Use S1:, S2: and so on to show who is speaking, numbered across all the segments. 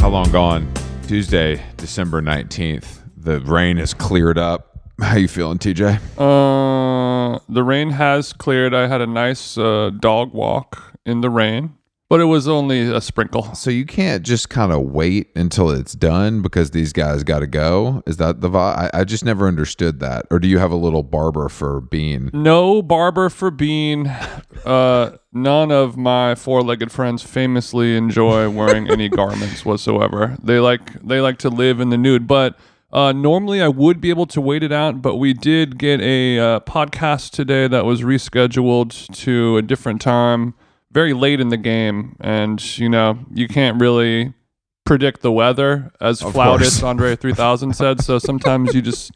S1: How long gone? Tuesday, December 19th. The rain has cleared up. How you feeling, TJ?
S2: Uh, the rain has cleared. I had a nice uh, dog walk in the rain, but it was only a sprinkle.
S1: So you can't just kind of wait until it's done because these guys got to go. Is that the vibe? I, I just never understood that. Or do you have a little barber for Bean?
S2: No barber for Bean. Uh, none of my four-legged friends famously enjoy wearing any garments whatsoever. They like they like to live in the nude, but. Uh, normally, I would be able to wait it out, but we did get a uh, podcast today that was rescheduled to a different time, very late in the game. And, you know, you can't really predict the weather, as
S1: course.
S2: Flaudus Andre 3000 said. So sometimes you just.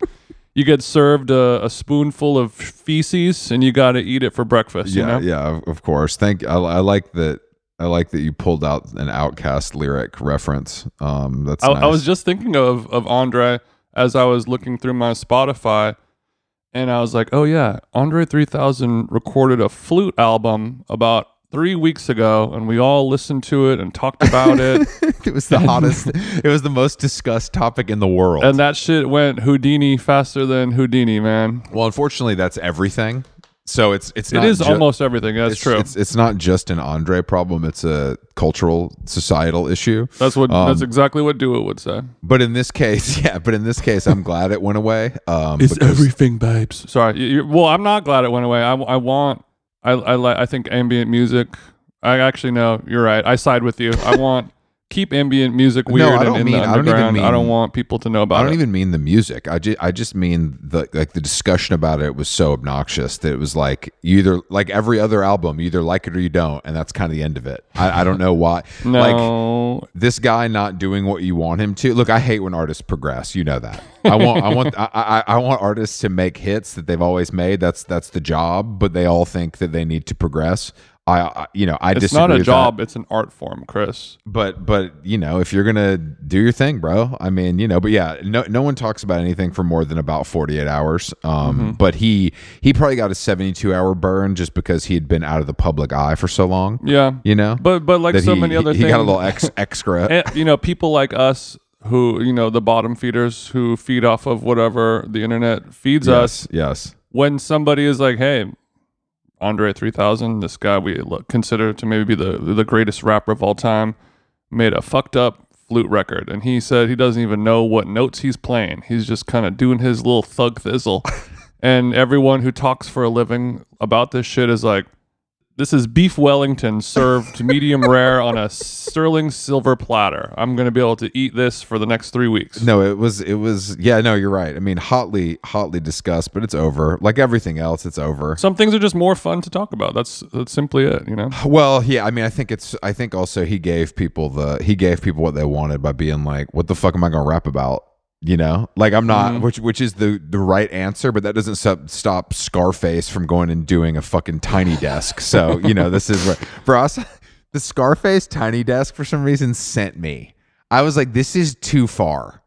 S2: You get served a, a spoonful of feces, and you got to eat it for breakfast. you
S1: Yeah,
S2: know?
S1: yeah, of- of course. Thank. I, I like that. I like that you pulled out an Outcast lyric reference. Um, that's.
S2: I,
S1: nice.
S2: I was just thinking of of Andre as I was looking through my Spotify, and I was like, "Oh yeah, Andre 3000 recorded a flute album about three weeks ago, and we all listened to it and talked about it,
S1: it was the hottest. it was the most discussed topic in the world.
S2: and that shit went Houdini faster than Houdini, man.
S1: well, unfortunately, that's everything. So it's it's not
S2: it is
S1: ju-
S2: almost everything. That's
S1: it's,
S2: true.
S1: It's, it's not just an Andre problem. It's a cultural societal issue.
S2: that's what.
S1: um,
S2: that's exactly what Dua would say.
S1: But in this case, yeah. But in this case, I'm glad it went away. Um, because-
S2: everything, babes. Sorry. You, you, well, I'm not glad it went away. I, I want. I I like. I think ambient music. I actually no. You're right. I side with you. I want keep ambient music weird
S1: I
S2: and
S1: don't
S2: in
S1: mean-
S2: the
S1: I don't even
S2: underground. I don't,
S1: mean-
S2: want people to know
S1: I
S2: about
S1: don't
S2: it.
S1: even mean the music. I just I just mean the like the discussion about it was so obnoxious that it was like you either like every other album, you either like it or you don't, and that's kind of the end of it. I, I don't know why. Like
S2: no.
S1: this guy not doing what you want him to. Look, I hate when artists progress. You know that. I want I want I, I, I want artists to make hits that they've always made. That's that's the job, but they all think that they need to progress. I, I you know I
S2: it's
S1: disagree
S2: not a
S1: with that
S2: job. It's an art form, Chris.
S1: but but you know if you're gonna do your thing bro i mean you know but yeah no no one talks about anything for more than about 48 hours um
S2: Mm-hmm.
S1: but he he probably got a 72 hour burn just because he had been out of the public eye for so long
S2: Yeah.
S1: you know
S2: But but like
S1: that
S2: so
S1: he,
S2: many other
S1: he,
S2: things,
S1: he got a little ex extra
S2: and, uh, you know, people like us who you know the bottom feeders who feed off of whatever the internet feeds us.
S1: yes yes
S2: when somebody is like, "Hey, Andre 3000, this guy we look, consider to maybe be the the greatest rapper of all time, made a fucked up flute record, and he said he doesn't even know what notes he's playing. He's just kind of doing his little thug thizzle." and everyone who talks for a living about this shit is like, "This is beef Wellington served medium rare on a sterling silver platter. I'm gonna be able to eat this for the next three weeks."
S1: no it was it was yeah no you're right i mean hotly hotly discussed but it's over like everything else it's over
S2: Some things are just more fun to talk about. That's that's simply it, you know.
S1: Well, yeah, I mean, I think it's. I think also he gave people the he gave people what they wanted by being like, "What the fuck am I going to rap about?" You know, like I'm not, which which is the the right answer, but that doesn't sub, stop Scarface from going and doing a fucking tiny desk. So you know, this is where, for us. The Scarface tiny desk for some reason sent me. I was like, this is too far.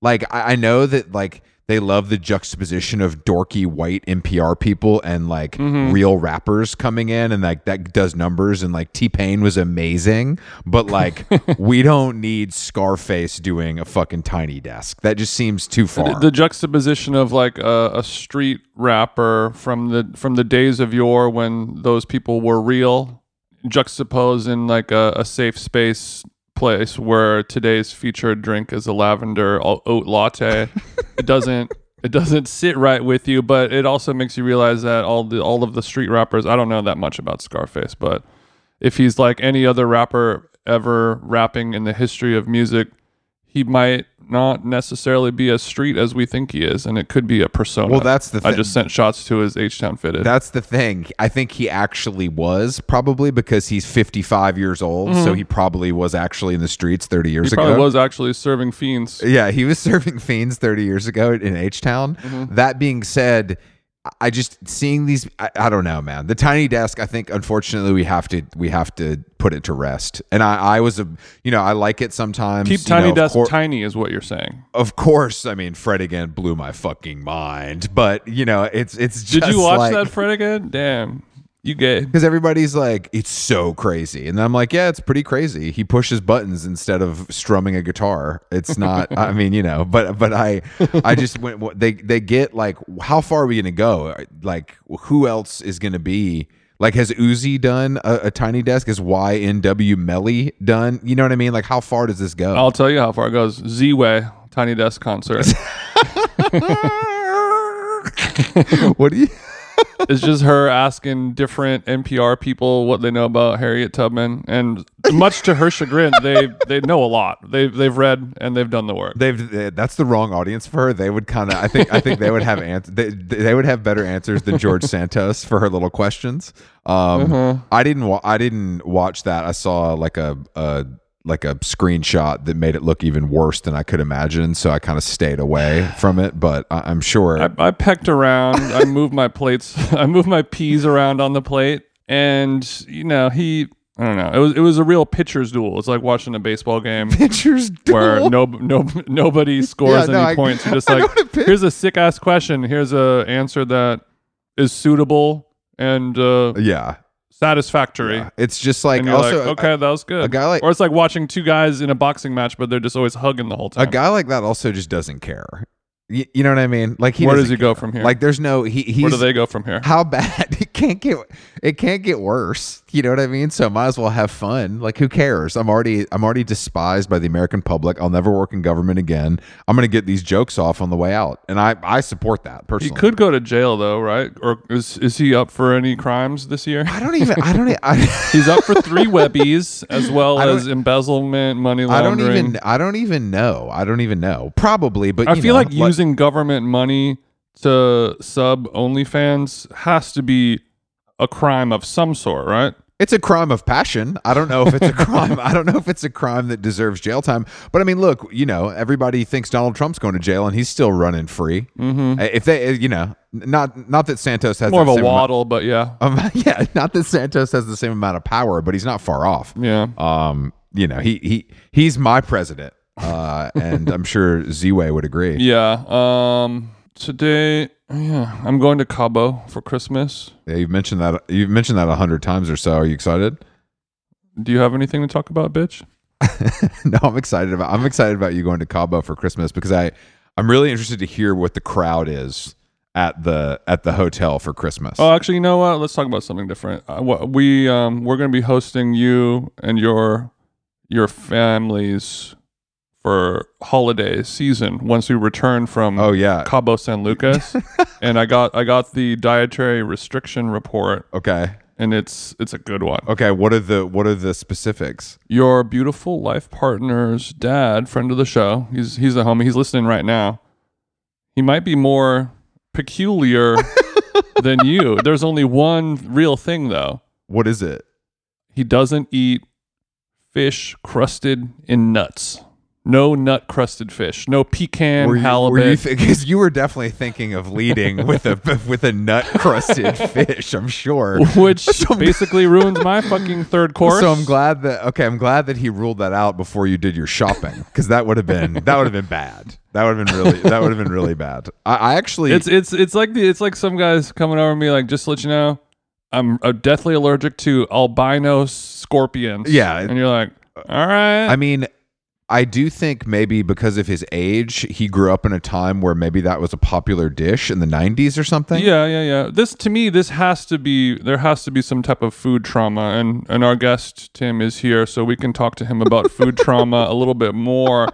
S1: Like I, I know that like they love the juxtaposition of dorky white NPR people and like
S2: Mm-hmm.
S1: real rappers coming in and like that does numbers and like T Pain was amazing, but like we don't need Scarface doing a fucking tiny desk. That just seems too far.
S2: the juxtaposition of like a, a street rapper from the from the days of yore when those people were real juxtaposed in like a, a safe space place where today's featured drink is a lavender o- oat latte it doesn't it doesn't sit right with you but it also makes you realize that all the all of the street rappers i don't know that much about scarface but if he's like any other rapper ever rapping in the history of music he might not necessarily be as street as we think he is, and it could be a persona.
S1: Well, that's the
S2: I
S1: thing.
S2: just sent shots to his H Town fitted.
S1: That's the thing. I think he actually was probably because he's 55 years old, so he probably was actually in the streets 30 years
S2: Mm-hmm. he
S1: ago.
S2: probably was actually serving fiends.
S1: Yeah, he was serving fiends 30 years ago in H Town.
S2: Mm-hmm.
S1: That being said, I- I just seeing these. I, I don't know, man. The tiny desk. I think unfortunately we have to we have to put it to rest. And I, I was a you know I like it sometimes.
S2: Keep
S1: you
S2: tiny
S1: know, of
S2: desk
S1: cour-
S2: tiny is what you're saying.
S1: of course, I mean Fred again blew my fucking mind. But you know it's it's.
S2: Did
S1: Just
S2: you watch
S1: like-
S2: that Fred again? Damn. You gay.
S1: Because everybody's like, it's so crazy. And I'm like, yeah, it's pretty crazy. He pushes buttons instead of strumming a guitar. It's not, I mean, you know, but, but I, I just went, what- they, they get like, how far are we going to go? Like, who else is going to be? Like, has Uzi done a, a tiny desk? Is YNW Melly done? You know what I mean? Like, how far does this go?
S2: I'll tell you how far it goes. Z Way, Tiny Desk concert.
S1: what do you?
S2: it's just her asking different NPR people what they know about Harriet Tubman, and much to her chagrin, they they know a lot. They they've read and they've done the work.
S1: They've they, that's the wrong audience for her. They would kind of I think I think they would have ans- they, they would have better answers than George Santos for her little questions. Um,
S2: Mm-hmm.
S1: I didn't wa- I didn't watch that. I saw like a, a like a screenshot that made it look even worse than I could imagine. So I kind of stayed away from it. But I, I'm sure
S2: I, I pecked around. I moved my plates. I moved my peas around on the plate, and you know he. I don't know. It was it was a real pitcher's duel. It's like watching a baseball game
S1: pictures
S2: where
S1: duel.
S2: no no nobody scores
S1: Yeah, no,
S2: any
S1: I-
S2: points. You're just
S1: I know
S2: like,
S1: what a pitch-
S2: here's a sick ass question. Here's a answer that is suitable and uh,
S1: yeah,
S2: satisfactory.
S1: it's just like
S2: And you're
S1: also
S2: like, okay, that was good.
S1: a guy like-
S2: or it's like watching two guys in a boxing match, but they're just always hugging the whole
S1: a
S2: time.
S1: guy like that also just doesn't care. You, you know what I mean? Like he
S2: Where does
S1: doesn't
S2: he go from here?
S1: Like there's no he he's
S2: Where do they go from here?
S1: how bad it can't get it can't get worse you know what i mean so might as well have fun like who cares i'm already i'm already despised by the american public i'll never work in government again i'm gonna get these jokes off on the way out and i i support that
S2: He
S1: personally
S2: could go to jail though, right? Or is is he up for any crimes this year?
S1: i don't even i don't e- I,
S2: He's up for three webbies as well
S1: don't-
S2: as embezzlement, money
S1: I don't
S2: laundering.
S1: even i don't even know i don't even know probably but
S2: I
S1: you
S2: feel
S1: know,
S2: like using government money to sub OnlyFans has to be a crime of some sort, right?
S1: It's a crime of passion. I don't know if it's a crime. I don't know if it's a crime that deserves jail time. But I mean, look, you know, everybody thinks Donald Trump's going to jail, and he's still running free. Mm-hmm. If they, you know, not not that Santos has
S2: More of
S1: that
S2: a
S1: same amount-
S2: waddle, but yeah,
S1: um, yeah, not that Santos has the same amount of power, but he's not far off.
S2: yeah.
S1: Um, you know, he he he's my president, uh, and I'm sure Z-Way would agree.
S2: Yeah. Um. Today, yeah, I'm going to Cabo for Christmas.
S1: Yeah, you've mentioned that you've mentioned that a hundred times or so. Are you excited?
S2: Do you have anything to talk about, bitch?
S1: no, I'm excited about I'm excited about you going to Cabo for Christmas because I I'm really interested to hear what the crowd is at the at the hotel for Christmas.
S2: Oh, actually, you know what? Let's talk about something different. Uh, wha- we um we're gonna be hosting you and your your families for holiday season once we return from
S1: oh yeah.
S2: Cabo San Lucas. and I got I got the dietary restriction report,
S1: Okay.
S2: and it's it's a good one.
S1: Okay, what are the what are the specifics?
S2: your beautiful life partner's dad, friend of the show. He's he's a homie. He's listening right now. He might be more peculiar than you. There's only one real thing though.
S1: What is it?
S2: He doesn't eat fish crusted in nuts. No nut crusted fish. No pecan,
S1: Were you,
S2: halibut.
S1: were you because you were definitely thinking of leading with a with a nut crusted fish, I'm sure.
S2: which basically ruins my fucking third course.
S1: So I'm glad that okay, I'm glad that he ruled that out before you did your shopping because that would have been that would have been bad. That would have been really that would have been really bad. I, I actually
S2: It's it's it's like the it's like some guys coming over me like just to let you know I'm uh, deathly allergic to albino scorpions.
S1: Yeah.
S2: and you're like, all right,
S1: I mean, I do think maybe because of his age, he grew up in a time where maybe that was a popular dish in the 90s or something.
S2: yeah, yeah, yeah. This to me, this has to be there has to be some type of food trauma, and and our guest Tim is here, so we can talk to him about food trauma a little bit more.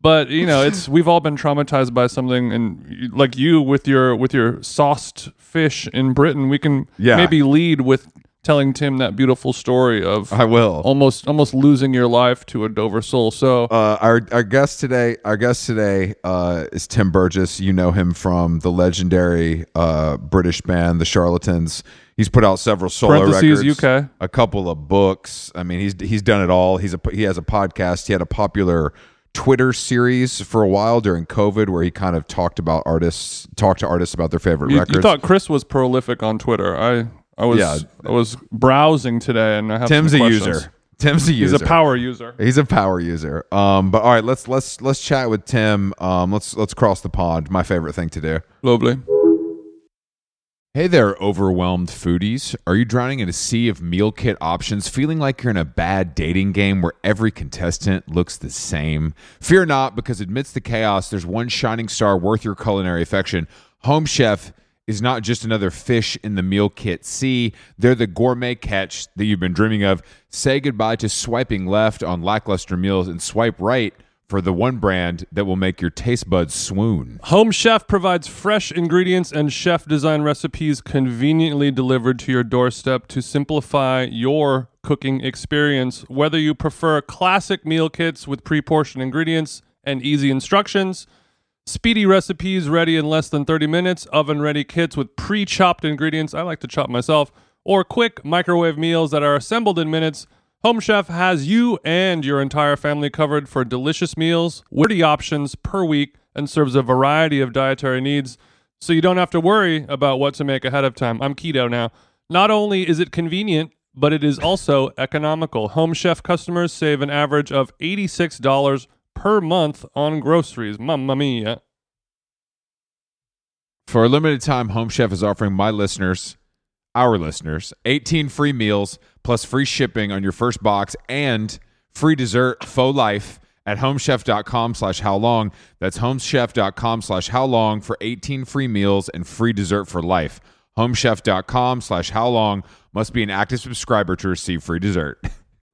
S2: But you know, it's we've all been traumatized by something, and y- like you with your with your sauced fish in Britain, we can
S1: Yeah.
S2: maybe lead with telling Tim that beautiful story of
S1: I will.
S2: almost almost losing your life to a Dover soul. So
S1: Uh, our our guest today, our guest today uh, is Tim Burgess. You know him from the legendary uh, British band The Charlatans. He's put out several solo
S2: parentheses
S1: records.
S2: UK.
S1: a couple of books. I mean, he's he's done it all. He's a he has a podcast. He had a popular Twitter series for a while during COVID, where he kind of talked about artists, talked to artists about their favorite
S2: You,
S1: records.
S2: you thought Chris was prolific on Twitter. I I was
S1: Yeah.
S2: I was browsing today and I have
S1: Tim's a
S2: some questions.
S1: user. Tim's a
S2: He's
S1: user.
S2: a power user.
S1: He's a power user. Um, but all right, let's let's let's chat with Tim. Um, let's let's cross the pond. My favorite thing to do.
S2: Lovely.
S1: Hey there, overwhelmed foodies. Are you drowning in a sea of meal kit options, feeling like you're in a bad dating game where every contestant looks the same? Fear not, because amidst the chaos, there's one shining star worth your culinary affection. Home Chef is not just another fish in the meal kit sea, they're the gourmet catch that you've been dreaming of. Say goodbye to swiping left on lackluster meals and swipe right for the one brand that will make your taste buds swoon.
S2: Home Chef provides fresh ingredients and chef design recipes conveniently delivered to your doorstep to simplify your cooking experience. Whether you prefer classic meal kits with pre portioned ingredients and easy instructions, speedy recipes ready in less than 30 minutes, oven ready kits with pre chopped ingredients, I like to chop myself, or quick microwave meals that are assembled in minutes. Home Chef has you and your entire family covered for delicious meals, witty options per week, and serves a variety of dietary needs, so you don't have to worry about what to make ahead of time. I'm keto now. Not only is it convenient, but it is also economical. Home Chef customers save an average of $86 per month on groceries. Mamma mia.
S1: For a limited time, Home Chef is offering my listeners, our listeners, 18 free meals plus free shipping on your first box and free dessert faux life at homechef.com slash how long. That's homechef.com slash how long for 18 free meals and free dessert for life. Homechef.com slash how long must be an active subscriber to receive free dessert.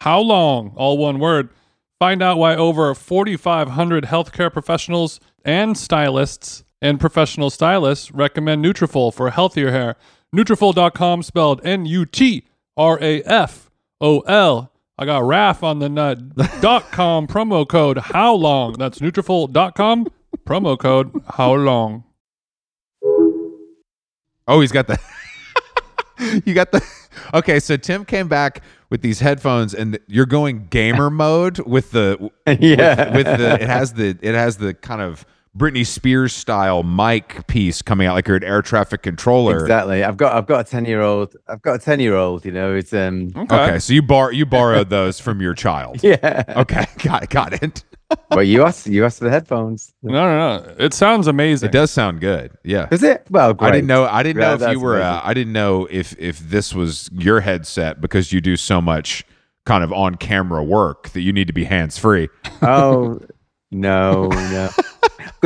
S2: how long? All one word. Find out why over 4,500 healthcare professionals and stylists and professional stylists recommend Nutrafol for healthier hair. Nutrafol.com spelled N-U-T-R-A-F-O-L. I got RAF on the nut. dot com promo code how long? That's Nutrafol.com promo code how long?
S1: Oh, he's got the. you got the. Okay, so Tim came back with these headphones, and you're going gamer mode with the
S3: yeah.
S1: with the. It has the it has the kind of Britney Spears style mic piece coming out like you're an air traffic controller.
S3: exactly. I've got I've got a ten year old. I've got a ten year old. You know, it's um.
S2: Uh-huh.
S1: Okay, so you bar you borrowed those from your child.
S3: Yeah.
S1: Okay, got it, got it.
S3: Well, you asked you asked for the headphones.
S2: No, no, no. It sounds amazing.
S1: It does sound good. Yeah.
S3: Is it? Well, great.
S1: I didn't know. I didn't
S3: Yeah,
S1: know if
S3: that's
S1: you were. Uh,
S3: amazing.
S1: I didn't know if if this was your headset because you do so much kind of on camera work that you need to be hands free.
S3: Oh no, no.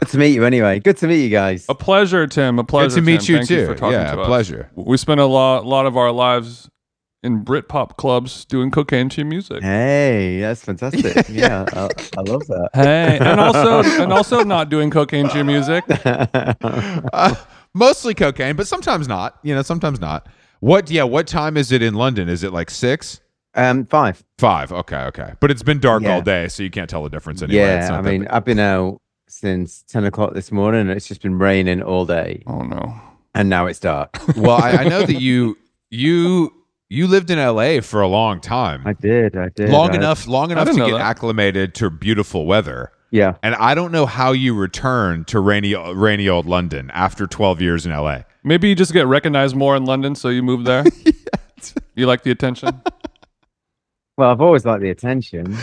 S3: Good to meet you. Anyway, good to meet you guys.
S2: A
S1: Oh.
S2: pleasure, Tim. A
S1: Good
S2: pleasure
S1: to meet
S2: Tim.
S1: you
S2: Thank
S1: too.
S2: for talking
S1: yeah,
S2: to
S1: a
S2: us.
S1: pleasure.
S2: We spent a lot, lot of our lives in Britpop clubs doing cocaine to music.
S3: Hey, that's fantastic. yeah, I, I love
S2: Hey, and also, and also not doing cocaine to music.
S3: that.
S1: Uh, mostly cocaine, but sometimes not. You know, sometimes not. What? Yeah. What time is it in London? Is it like six?
S3: um, five.
S1: Five. Okay. Okay. But it's been dark
S3: Yeah.
S1: all day, so you can't tell the difference anyway. It's
S3: yeah,
S1: not
S3: I
S1: that
S3: mean,
S1: big.
S3: I've been out since ten o'clock this morning, and it's just been raining all day,
S2: Oh no,
S3: and now it's dark.
S1: well, I, I know that you you you lived in L.A. for a long time.
S3: I did. I did.
S1: long
S3: I-
S1: enough long enough to
S2: didn't
S1: get
S2: know that.
S1: acclimated to beautiful weather
S3: Yeah.
S1: and i don't know how you return to rainy rainy old london after 12 years in la
S2: maybe you just get recognized more in London, so you move there. You like the attention.
S3: Well, I've always liked the attention.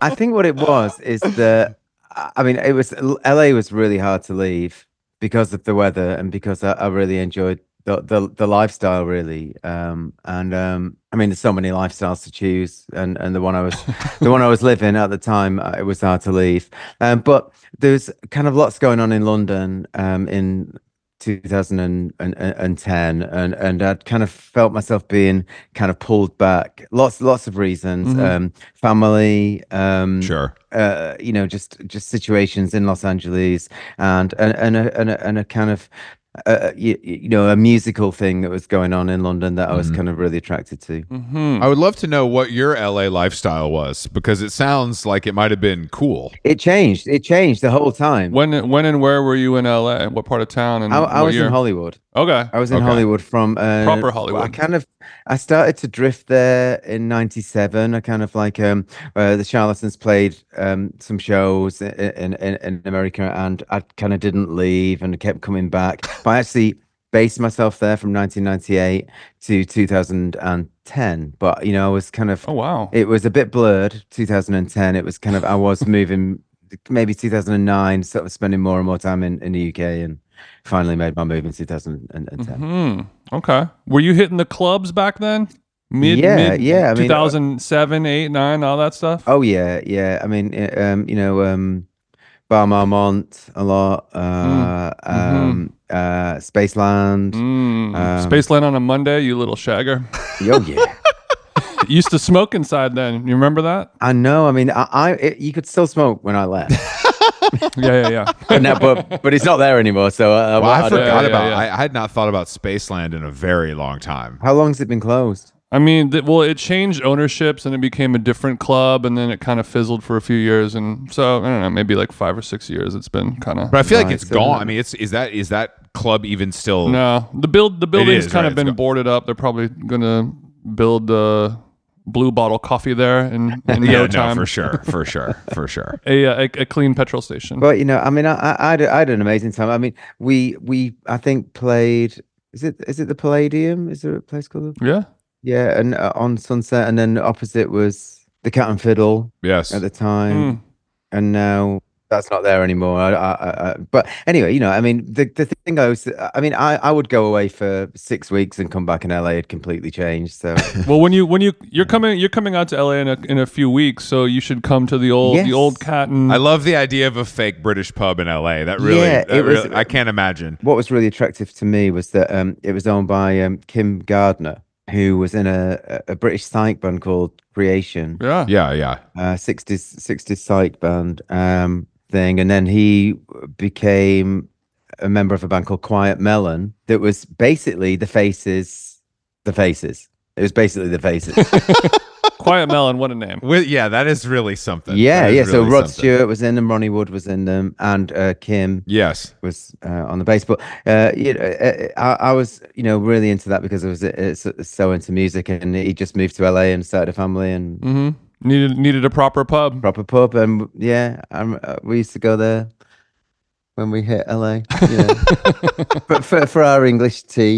S3: I think what it was is that I I mean, it was LA was really hard to leave because of the weather and because I, I really enjoyed the, the the lifestyle really. Um, and um, I mean, there's so many lifestyles to choose, and and the one I was the one I was living at the time, uh, it was hard to leave. Um, but there's kind of lots going on in London um, in 2010 and, and and I'd kind of felt myself being kind of pulled back. Lots lots of reasons.
S2: Mhm.
S3: Um, family, um,
S1: Sure.
S3: uh, you know, just just situations in Los Angeles, and and and a, and a, and a kind of uh, you, you know a musical thing that was going on in London that I was
S1: Mhm.
S3: kind of really attracted to.
S2: Mm-hmm.
S1: I would love to know what your LA lifestyle was because it sounds like it might have been cool.
S3: It changed. It changed the whole time.
S2: When when and where were you in LA? What part of town? And
S3: I,
S2: what
S3: I was
S2: year?
S3: in Hollywood.
S2: Okay.
S3: I was in
S1: Okay.
S3: Hollywood from uh,
S2: Proper
S3: Well, I
S2: Hollywood.
S3: kind of I started to drift there in '97. I kind of like um, uh, the Charlatans played um, some shows i- i- in, in in America, and I kind of didn't leave and kept coming back. But I actually based myself there from 1998 to 2010. But you know, I was kind of
S2: Oh wow.
S3: it was a bit blurred. 2010. It was kind of I was moving maybe 2009, sort of spending more and more time in, in the UK, and finally made my move in 2010.
S2: hmm Okay. Were you hitting the clubs back then? Mid,
S3: Yeah,
S2: mid
S3: yeah, I mean, uh,
S2: 2007, 8, 9, all that stuff?
S3: Oh yeah, yeah. I mean, uh, um, you know, um, Bar Marmont a lot, uh,
S2: mhm.
S3: um, uh, Spaceland.
S2: Mm.
S3: um,
S2: Spaceland on a Monday, you little shagger.
S3: Oh yeah,
S2: Used to smoke inside then. You remember that?
S3: I know. I mean, I, I it, you could still smoke when I left,
S2: Yeah, yeah, yeah.
S3: but now, but but it's not there anymore. So uh,
S1: Well, I
S3: don't know.
S1: forgot
S2: yeah,
S1: about.
S2: yeah.
S1: I, I had not thought about Spaceland in a very long time.
S3: How long's it been closed?
S2: I mean, th- well, it changed ownerships and it became a different club, and then it kind of fizzled for a few years, and so I don't know, maybe like five or six years. It's been kind of
S1: But I feel like
S3: Right,
S1: it's
S3: so-
S1: gone. I mean, it's is that is that club even still?
S2: no. The build, the building's
S1: is,
S2: kind
S1: right,
S2: of
S1: it's
S2: been
S1: got-
S2: boarded up. They're probably gonna build the Blue Bottle Coffee there in, in
S1: yeah,
S2: no
S1: no,
S2: time.
S1: for sure, for sure, for sure.
S2: a, uh, a a clean petrol station.
S3: But you know, I mean, I, I, I, had, I had an amazing time. I mean, we we I think played. Is it is it the Palladium? Is there a place called? the-
S2: yeah.
S3: Yeah, and uh, on Sunset, and then opposite was the Cat and Fiddle
S1: Yes,
S3: at the time.
S2: Mm.
S3: and now that's not there anymore. I, I, I, I- but anyway, you know, I mean, the, the thing I was, I mean, I, I would go away for six weeks and come back in LA had completely changed. So
S2: Well, when you when you you're coming you're coming out to LA in a, in a few weeks, so you should come to the old the
S3: Yes.
S2: old cat and
S1: I love the idea of a fake British pub in LA. That really,
S3: Yeah,
S1: that
S3: it was-
S1: really- I can't imagine.
S3: what was really attractive to me was that um, it was owned by um, Kim Gardner, who was in a, a a British psych band called Creation.
S2: yeah.
S1: Yeah, yeah.
S3: uh, 60s 60s psych band um, thing and then he became a member of a band called Quiet Melon that was basically the faces the faces it was basically the faces
S2: Quiet Melon, what a name.
S1: Well, yeah, that is really something.
S3: yeah
S1: That is
S3: yeah so
S1: really
S3: Rod
S1: something.
S3: Stewart was in them Ronnie Wood was in them and uh, Kim
S1: Yes.
S3: was uh, on the bass but uh, you know uh, I, I was you know really into that because I was uh, so- so into music and he just moved to LA and started a family and
S2: hmm Needed needed a proper pub.
S3: proper pub, and w- yeah, I'm, uh, we used to go there when we hit LA, you know, but for for our English tea.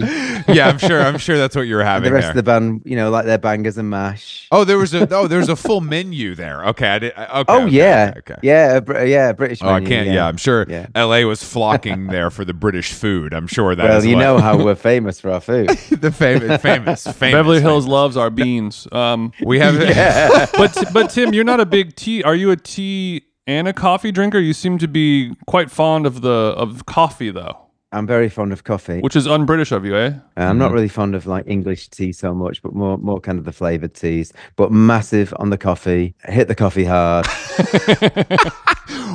S1: Yeah, I'm sure. I'm sure that's what you're
S3: And
S1: having
S3: the rest
S1: there.
S3: of the band, you know, like their bangers and mash.
S1: oh, there was a oh, there's a full menu there. Okay, I did. I- Okay.
S3: Oh,
S1: okay,
S3: yeah,
S1: Okay. okay.
S3: yeah, a Br- yeah, a British.
S1: Oh, I
S3: menu,
S1: can't. Yeah, I'm sure
S3: Yeah.
S1: LA was flocking there for the British food. I'm sure that
S3: Well,
S1: is
S3: you
S1: what-
S3: know how we're famous for our food.
S1: the famous, famous, famous
S2: Beverly Hills
S1: famous.
S2: loves our beans. Um,
S1: We have
S3: Yeah.
S2: but but Tim, you're not a big tea. Are you a tea and a coffee drinker? You seem to be quite fond of the of coffee though,
S3: I'm very fond of coffee.
S2: which is un-British of you, eh?
S3: Uh, I'm not really fond of like English tea so much, but more more kind of the flavored teas. But massive on the coffee. Hit the coffee hard.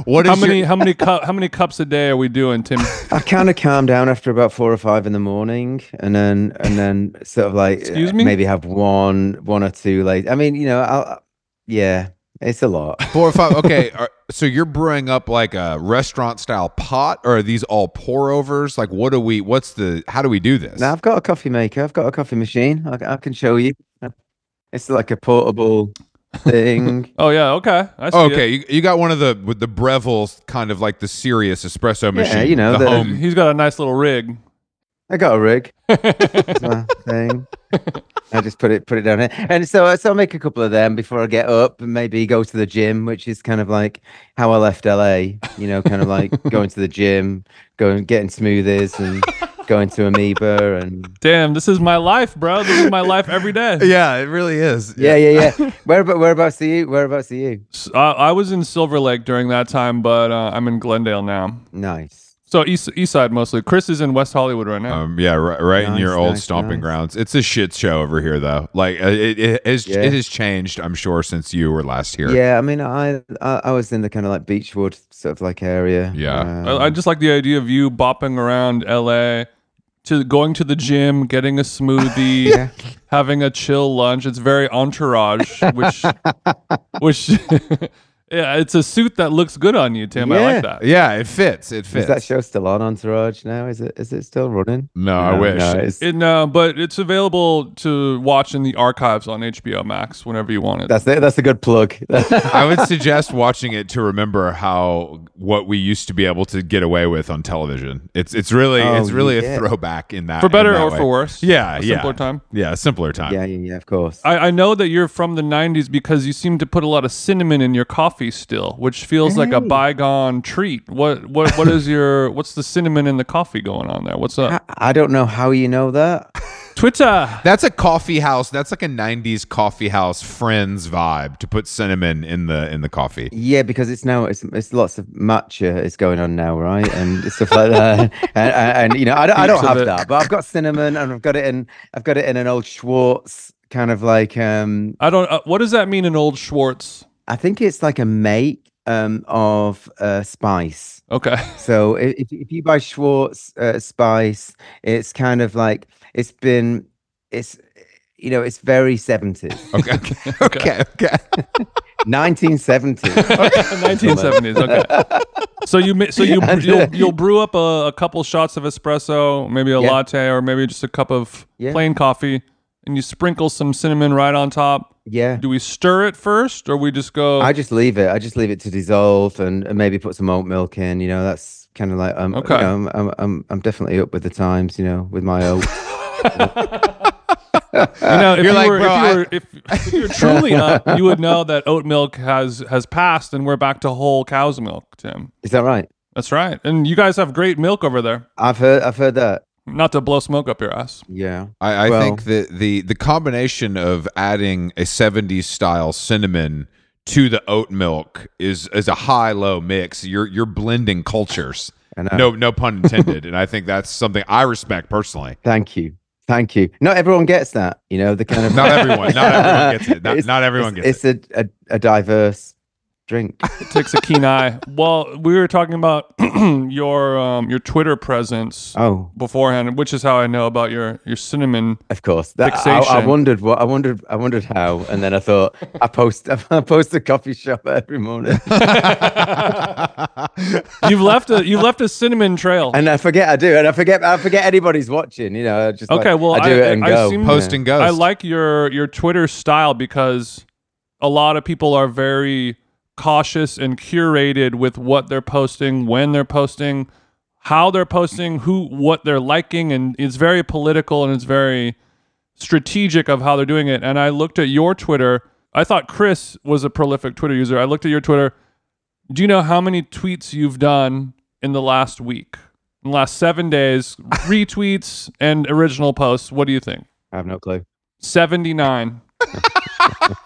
S1: what is
S2: How many
S1: your,
S2: how many cu- how many cups a day are we doing, Tim?
S3: I kind of calm down after about four or five in the morning, and then and then sort of like
S2: Excuse
S3: uh,
S2: me?
S3: maybe have one one or two late. I mean, you know, I'll, yeah, it's a lot.
S1: four or five? Okay, are, so you're brewing up like a restaurant style pot, or are these all pour overs? Like, what do we? What's the? How do we do this?
S3: Now I've got a coffee maker. I've got a coffee machine. I, c- I can show you. It's like a portable thing.
S2: Oh yeah, okay. I see it.
S1: okay, you, you got one of the with the Breville kind of like the serious espresso machine.
S3: you know,
S1: the,
S3: the-
S1: home.
S2: Um, He's got a nice little rig.
S3: I got a rig. It's my thing. I just put it put it down here, and so so I make a couple of them before I get up, and maybe go to the gym, which is kind of like how I left LA. You know, kind of like going to the gym, going getting smoothies, and going to Amoeba, and
S2: Damn, this is my life, bro. This is my life every day.
S1: Yeah, it really is.
S3: yeah, yeah, yeah. Where about whereabouts are you? Whereabouts are you?
S2: S- I, I was in Silver Lake during that time, but uh, I'm in Glendale now.
S3: Nice.
S2: So east east side mostly. Chris is in West Hollywood right now.
S1: Um, yeah, right, right in your
S3: Nice,
S1: old
S3: nice,
S1: stomping
S3: nice.
S1: grounds. It's a shit show over here, though. Like uh, it, it, has,
S3: Yeah.
S1: it has changed, I'm sure, since you were last here.
S3: Yeah, I mean, I, I I was in the kind of like Beechwood sort of like area.
S1: Yeah.
S2: I, I
S3: um,
S2: just like the idea of you bopping around LA, to going to the gym, getting a smoothie,
S3: Yeah.
S2: having a chill lunch. It's very entourage, which which yeah, it's a suit that looks good on you, Tim. I
S3: Yeah.
S2: like that.
S1: Uh, yeah, it fits. It
S3: is
S1: fits.
S3: that show still on Entourage now? Is it is it still running?
S1: No, I wish.
S3: No, it's,
S2: It, no, uh, but it's available to watch in the archives on HBO Max whenever you want it.
S3: that's it. That's a good plug.
S1: I would suggest watching it to remember how what we used to be able to get away with on television. It's it's really it's
S3: Oh,
S1: really
S3: yeah.
S1: a throwback in that
S2: for better
S1: in that
S2: or
S1: way.
S2: for worse.
S1: Yeah,
S2: A
S1: yeah,
S2: Simpler time.
S1: yeah, a simpler time.
S3: yeah, yeah, yeah, of course.
S2: I, I know that you're from the 90s because you seem to put a lot of cinnamon in your coffee still, which feels like a bygone treat. What what what is your what's the cinnamon in the coffee going on there? What's
S3: I,
S2: up?
S3: I don't know how you know that.
S2: Twitter.
S1: That's a coffee house. That's like a '90s coffee house Friends vibe to put cinnamon in the in the coffee.
S3: Yeah, because it's now it's, it's lots of matcha is going on now, right? And stuff like that. and, and, and, you know, I don't, I don't
S2: Heaps of
S3: have
S2: it.
S3: that, but I've got cinnamon and I've got it in I've got it in an old Schwartz kind of like um
S2: I don't. Uh, what does that mean in old Schwartz?
S3: I think it's like a make um of uh spice.
S2: Okay.
S3: So i- if if you buy Schwartz uh, spice, it's kind of like it's been it's you know it's very 70s
S1: Okay, okay, okay. okay.
S3: 1970s
S2: 1970s. Okay. So you ma- so you you'll, you'll brew up a, a couple shots of espresso, maybe a
S3: Yeah.
S2: latte, or maybe just a cup of
S3: Yeah.
S2: plain coffee, and you sprinkle some cinnamon right on top.
S3: yeah
S2: Do we stir it first, or we just go?
S3: I just leave it. I just leave it to dissolve and, and maybe put some oat milk in. You know, that's kind of like um, you
S2: Okay.
S3: know, I'm, I'm I'm I'm definitely up with the times. You know, with my oat.
S2: You know, if
S1: You're
S2: you
S1: like,
S2: were,
S1: "Bro, I-
S2: if, you were if, if you're truly up, you would know that oat milk has has passed, and we're back to whole cow's milk, Tim.
S3: Is that right?
S2: That's right. And you guys have great milk over there.
S3: I've heard I've heard that.
S2: Not to blow smoke up your ass.
S3: Yeah.
S1: I, I
S3: Well-
S1: think that the the combination of adding a '70s style cinnamon to the oat milk is is a high low mix. You're you're blending cultures.
S3: And uh,
S1: No no pun intended. and I think that's something I respect personally.
S3: Thank you. Thank you. Not everyone gets that. You know, the kind of
S1: Not everyone. Not everyone gets it. Not,
S3: It's-
S1: not everyone
S3: it's,
S1: gets it.
S3: it's a, a a diverse drink.
S2: It takes a keen eye. Well, we were talking about your um, your Twitter presence
S3: Oh,
S2: beforehand, which is how I know about your your cinnamon.
S3: of course. That, I, I
S2: Fixation.
S3: wondered what I wondered. I wondered how, and then I thought I post I post a coffee shop every morning.
S2: You've left a you left a cinnamon trail.
S3: and I forget I do, and I forget I forget anybody's watching. You know, I just like,
S2: Okay, well,
S3: I do
S2: I-
S3: it and
S2: I- I
S3: go.
S2: seem-
S1: Post and ghost.
S2: I like your your Twitter style because a lot of people are very cautious and curated with what they're posting, when they're posting, how they're posting, who what they're liking and it's very political and it's very strategic of how they're doing it. And I looked at your Twitter. I thought Chris was a prolific Twitter user. I looked at your Twitter. Do you know how many tweets you've done in the last week? In the last 7 days, retweets and original posts. What do you think?
S3: I have no clue.
S2: 79.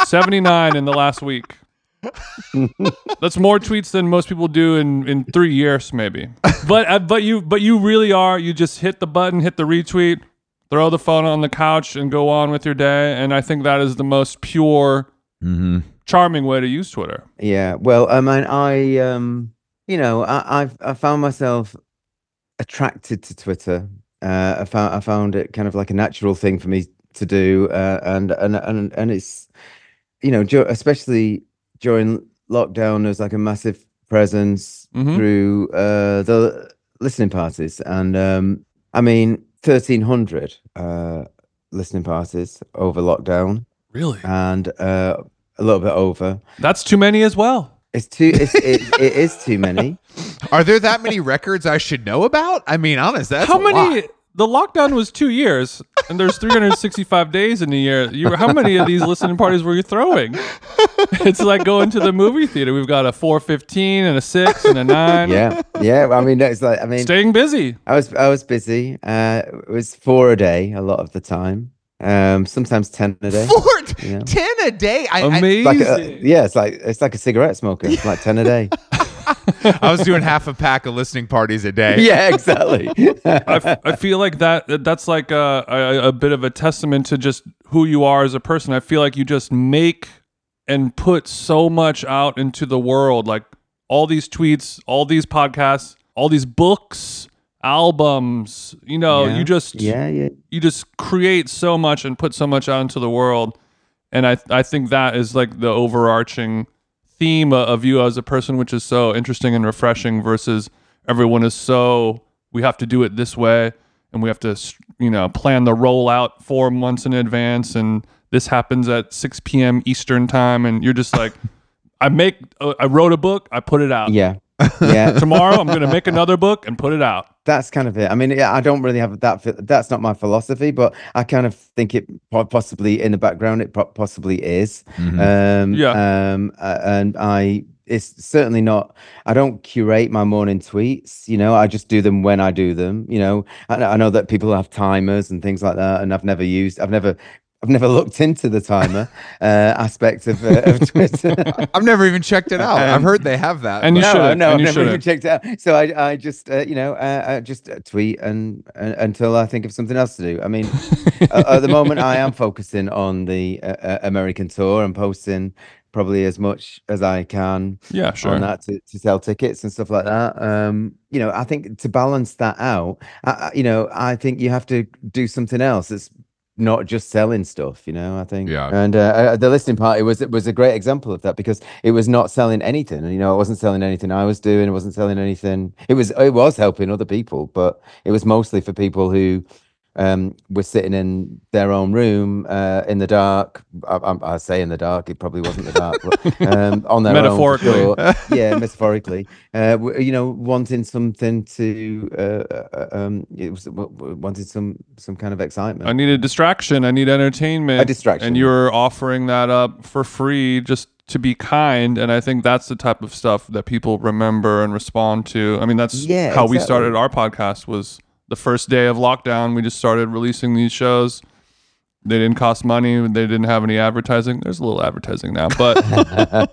S2: 79 in the last week. That's more tweets than most people do in, in three years, maybe. But uh, but you but you really are. You just hit the button, hit the retweet, throw the phone on the couch, and go on with your day. And I think that is the most pure,
S1: mm-hmm.
S2: charming way to use Twitter.
S3: Yeah, well, I mean, I um, you know, I I've, I found myself attracted to Twitter. Uh, I found I found it kind of like a natural thing for me to do, uh, and and and and it's, you know, dur- especially during lockdown, there's like a massive presence
S2: Mhm.
S3: through uh, the listening parties, and um, I mean, thirteen hundred uh, listening parties over lockdown,
S2: Really?
S3: and uh, a little bit over.
S2: That's too many as well.
S3: It's too. It's, it, it is too many.
S1: Are there that many records I should know about? I mean, honest, that's
S2: how
S1: a
S2: many?
S1: lot.
S2: The lockdown was two years, and there's 365 days in a year. You, how many of these listening parties were you throwing? It's like going to the movie theater. We've got a 4:15 and a six and a nine.
S3: Yeah, yeah. I mean, it's like I mean,
S2: staying busy.
S3: I was I was busy. Uh, it was four a day a lot of the time. Um, sometimes ten a day.
S1: Four,
S3: Yeah.
S1: ten a day. I, I-
S2: Amazing.
S3: Like a, yeah, it's like it's like a cigarette smoker. It's like ten a day.
S1: I was doing half a pack of listening parties a day.
S3: yeah, exactly.
S2: I, f- I feel like that that's like a, a a bit of a testament to just who you are as a person. I feel like you just make and put so much out into the world, like all these tweets, all these podcasts, all these books, albums. You know,
S3: Yeah.
S2: you just
S3: yeah, yeah.
S2: you just create so much and put so much out into the world and i i think that is like the overarching theme o- of you as a person which is so interesting and refreshing versus everyone is so we have to do it this way and we have to s- you know plan the rollout four months in advance and this happens at 6 p.m eastern time and you're just like i make uh, i wrote a book i put it out
S3: Yeah. Yeah.
S2: tomorrow i'm gonna make another book and put it out
S3: that's kind of it. I mean, yeah, I don't really have that. phi- That's not my philosophy, but I kind of think it po- possibly in the background. It po- possibly is. Um,
S2: Yeah.
S3: Um, uh, and I, it's certainly not. I don't curate my morning tweets. You know, I just do them when I do them. You know, I, I know that people have timers and things like that, and I've never used. I've never. I've never looked into the timer uh, aspect of, uh, of Twitter.
S1: I've never even checked it out. I've
S3: Um,
S1: heard they have that.
S2: and you
S1: but-
S3: no,
S2: should've,
S3: no,
S2: and
S3: I've
S2: you
S3: never even
S2: should've.
S3: checked it out. So I, I just, uh, you know, uh, I just uh, tweet and, and until I think of something else to do. I mean, uh, at the moment, I am focusing on the uh, uh, American tour and posting probably as much as I can
S2: yeah sure
S3: on that to, to sell tickets and stuff like that. Um, you know, I think to balance that out, I, I- you know, I think you have to do something else. It's not just selling stuff, you know. I think,
S1: Yeah.
S3: And uh, uh, the listening party was was a great example of that because it was not selling anything. You know, I wasn't selling anything I was doing. I wasn't selling anything. It was it was helping other people, but it was mostly for people who. Um, were sitting in their own room uh, in the dark. I, I, I say in the dark, it probably wasn't the dark, but um, on their
S2: Metaphorically.
S3: Own, for sure or- yeah, metaphorically, uh, w- you know, wanting something to, uh, uh, um, it was w- w- wanted some some kind of excitement.
S2: I need a distraction. I need entertainment.
S3: A distraction.
S2: And you're offering that up for free just to be kind. And I think that's the type of stuff that people remember and respond to. I mean, that's
S3: Yeah,
S2: how we
S3: exactly.
S2: started our podcast was the first day of lockdown. We just started releasing these shows. They didn't cost money. They didn't have any advertising. There's a little advertising now, but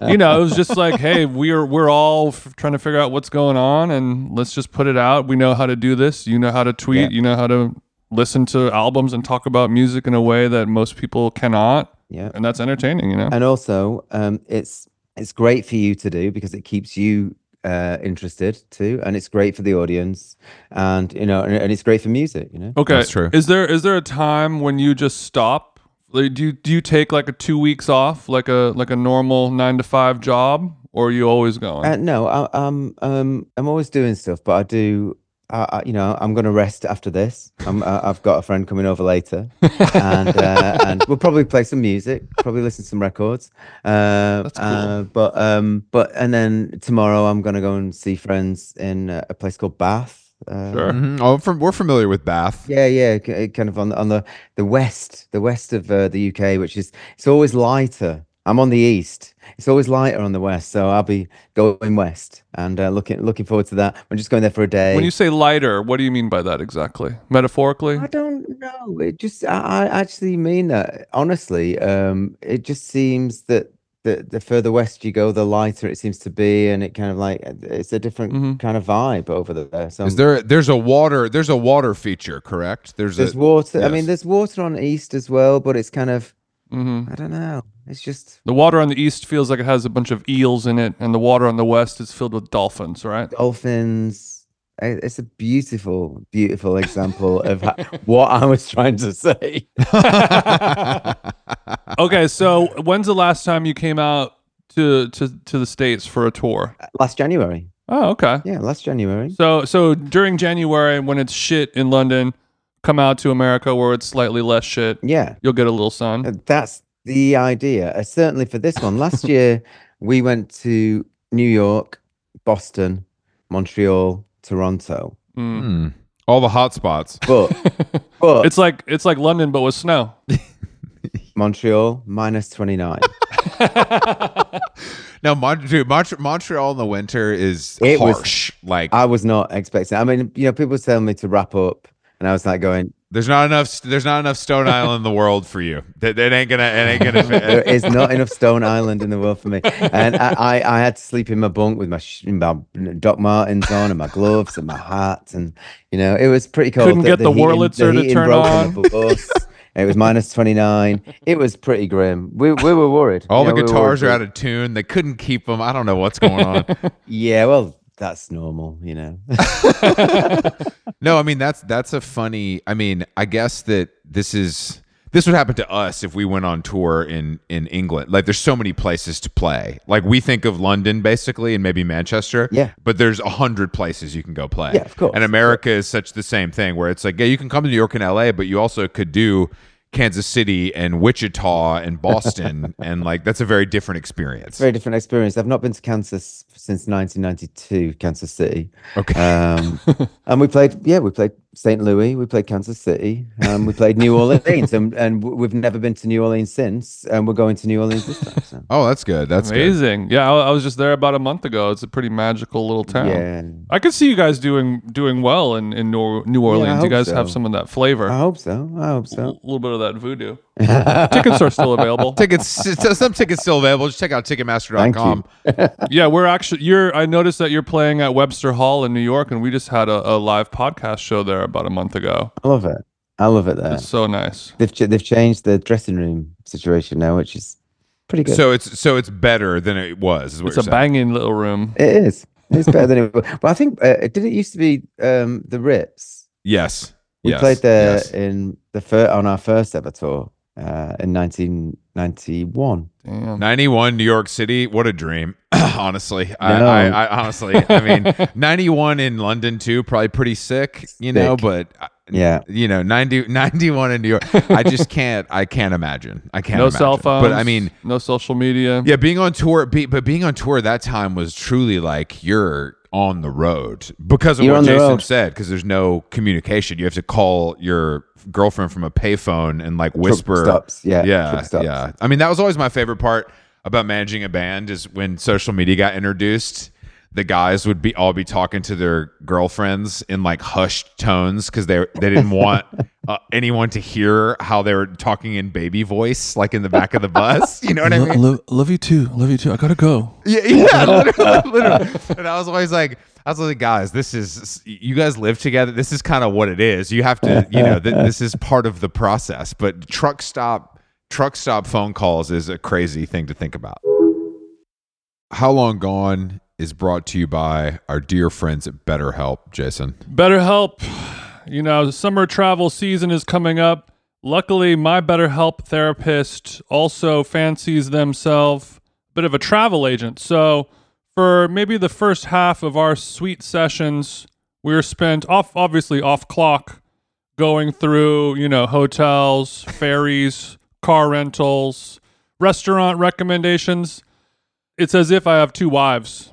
S2: you know, it was just like, hey, we're we're all f- trying to figure out what's going on, and let's just put it out. We know how to do this. You know how to tweet.
S3: Yeah.
S2: You know how to listen to albums and talk about music in a way that most people cannot,
S3: yeah,
S2: and that's entertaining. You know,
S3: and also, um, it's it's great for you to do because it keeps you uh, interested too, and it's great for the audience, and you know, and, and it's great for music. You know,
S2: okay,
S1: That's true.
S2: Is there is there a time when you just stop? Like, do you, do you take like a two weeks off, like a like a normal nine to five job, or are you always going?
S3: Uh, no, I, I'm um I'm always doing stuff, but I do. I, I, you know, I'm going to rest after this. I'm, I, I've got a friend coming over later, and uh, and we'll probably play some music, probably listen to some records. Uh,
S2: That's cool.
S3: uh, but um, but and then tomorrow I'm going to go and see friends in uh, a place called Bath. Uh,
S2: Sure.
S1: Mhm. Oh, from, we're familiar with Bath.
S3: yeah, yeah, k- uh, kind of on the, on the the west, the west of uh, the UK, which is it's always lighter. I'm on the east. It's always lighter on the west, so I'll be going west and uh, looking looking forward to that. I'm just going there for a day.
S2: when you say lighter, what do you mean by that exactly? Metaphorically?
S3: I don't know. It just I, I actually mean that honestly. Um, it just seems that the the further west you go, the lighter it seems to be, and it kind of like uh, it's a different
S2: Mhm.
S3: kind of vibe over there. So
S1: Is
S3: I'm-
S1: there? There's a water. There's a water feature, correct? There's,
S3: There's
S1: a.
S3: water. I
S1: yes.
S3: mean, there's water on east as well, but it's kind of
S2: hmm
S3: I don't know. It's just
S2: The water on the east feels like it has a bunch of eels in it, and the water on the west is filled with dolphins, right?
S3: dolphins. I- It's a beautiful, beautiful example of ho- what I was trying to say.
S2: Okay, so when's the last time you came out to to to the states for a tour?
S3: Last January,
S2: Oh, okay.
S3: yeah, last January.
S2: So so during January when it's shit in London, come out to America where it's slightly less shit.
S3: Yeah,
S2: You'll get a little sun.
S3: uh, that's the idea. Uh, certainly for this one. Last year, we went to New York, Boston, Montreal, Toronto,
S2: Mm.
S1: Hmm. All the hot spots.
S3: but but
S2: It's like it's like London but with snow.
S3: Montreal minus twenty nine.
S1: No, Mon- dude, Mont- Montreal in the winter is
S3: It was-
S1: harsh. like
S3: I was not expecting. I mean, you know, people tell me to wrap up, and I was like going,
S1: There's not enough. There's not enough Stone Island in the world for you. That it ain't gonna. It ain't gonna.
S3: there
S1: fit.
S3: is not enough Stone Island in the world for me. And I, I, I had to sleep in my bunk with my, sh- my Doc Martens on and my gloves and my hat. And, you know, it was pretty cold.
S2: Couldn't get the
S3: heating-
S2: Wurlitzer to
S3: heating
S2: turn
S3: broke
S2: on.
S3: the bus. it was minus 29. It was pretty grim. We, we were worried.
S1: All
S3: You
S1: the
S3: know, we were
S1: guitars are
S3: worried.
S1: out of tune. They couldn't keep them. I don't know what's going on.
S3: Yeah, well, that's normal, you know.
S1: No, I mean that's that's a funny. I mean, I guess that this is this would happen to us if we went on tour in in England. Like, there's so many places to play. Like, we think of London basically, and maybe Manchester.
S3: Yeah.
S1: but there's a hundred places you can go play.
S3: Yeah, of course.
S1: And America is such the same thing, where it's like, yeah, you can come to New York and L.A., but you also could do Kansas City and Wichita and Boston, and like that's a very different experience.
S3: very different experience. I've not been to Kansas since 1992, Kansas City.
S1: Okay.
S3: Um, and we played, yeah, we played St. Louis, we played Kansas City, um, we played New Orleans, and, and w- we've never been to New Orleans since, and we're going to New Orleans this time. So.
S1: Oh, that's good. That's good.
S2: Amazing. Yeah, I, I was just there about a month ago. It's a pretty magical little town.
S3: Yeah,
S2: I could see you guys doing doing well in in Nor- New Orleans. you
S3: hope
S2: guys
S3: so.
S2: have some of that flavor,
S3: I
S2: a
S3: hope so. I hope so.
S2: little bit of that voodoo. Tickets are still available.
S1: Tickets, some tickets still available. Just check out
S3: Thank
S1: Ticketmaster.com.
S3: you.
S2: Yeah, we're actually you're I noticed that you're playing at Webster Hall in New York and we just had a, a live podcast show there about a month ago.
S3: I love it. I love it there.
S2: It's so nice.
S3: They've ch- they've changed the dressing room situation now, which is pretty good.
S1: So it's so it's better than it was. Is what
S2: It's
S1: you're
S2: a banging little room.
S3: it is. It's better than it was. But I think uh, did it used to be um, the Ritz?
S1: Yes.
S3: We
S1: yes.
S3: played there
S1: yes.
S3: in the fir- on our first ever tour uh, in 1991.
S2: Damn.
S1: 91 New York City. What a dream. honestly. I,
S3: No.
S1: I, I honestly, I mean, 91 in London too, probably pretty sick, you know,
S3: Sick.
S1: but uh,
S3: Yeah.
S1: you know, 90, 91 in New York. I just can't, I can't imagine. I can't
S2: No
S1: imagine.
S2: cell phones.
S1: But I mean,
S2: no social media.
S1: yeah, being on tour, be, but being on tour at that time was truly like you're on the road because of
S3: You're
S1: what
S3: on the
S1: Jason
S3: road.
S1: said. Because there's no communication, you have to call your girlfriend from a payphone and like whisper.
S3: stops, yeah,
S1: yeah,
S3: truck stops.
S1: yeah. I mean, that was always my favorite part about managing a band is when social media got introduced. The guys would be all be talking to their girlfriends in like hushed tones because they they didn't want uh, anyone to hear how they were talking in baby voice, like in the back of the bus. You know
S3: Mm-hmm.
S1: what I mean?
S2: love you too. Love you too. I gotta go.
S1: Yeah, yeah, literally, literally. And I was always like, I was like, guys, this is you guys live together. This is kind of what it is. You have to, you know, th- this is part of the process. But truck stop, truck stop phone calls is a crazy thing to think about. How long gone is brought to you by our dear friends at BetterHelp, Jason.
S2: BetterHelp, you know, the summer travel season is coming up. Luckily, my BetterHelp therapist also fancies themselves a bit of a travel agent. So, for maybe the first half of our sweet sessions, we're spent off, obviously off clock, going through, you know, hotels, ferries, car rentals, restaurant recommendations. It's as if I have two wives.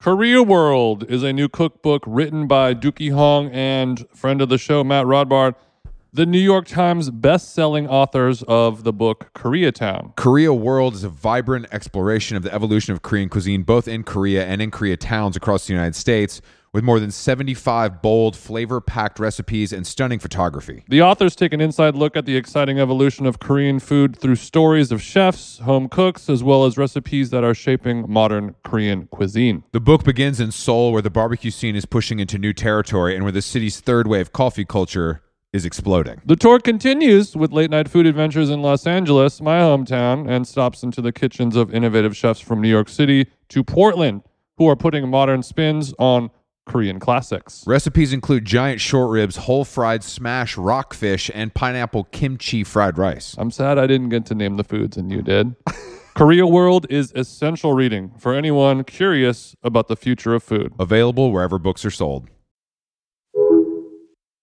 S2: Career World is a new cookbook written by Dookie Hong and friend of the show, Matt Rodbard, the New York Times best-selling authors of the book Koreatown.
S1: Korea World is a vibrant exploration of the evolution of Korean cuisine, both in Korea and in Korea towns across the United States, with more than 75 bold, flavor packed recipes and stunning photography.
S2: The authors take an inside look at the exciting evolution of Korean food through stories of chefs, home cooks, as well as recipes that are shaping modern Korean cuisine.
S1: The book begins in Seoul, where the barbecue scene is pushing into new territory and where the city's third wave coffee culture is exploding.
S2: The tour continues with late night food adventures in Los Angeles, my hometown, and stops into the kitchens of innovative chefs from New York City to Portland, who are putting modern spins on Korean classics.
S1: Recipes include giant short ribs, whole fried smash rockfish, and pineapple kimchi fried rice.
S2: I'm sad I didn't get to name the foods and you did. Korea World is essential reading for anyone curious about the future of food.
S1: Available wherever books are sold.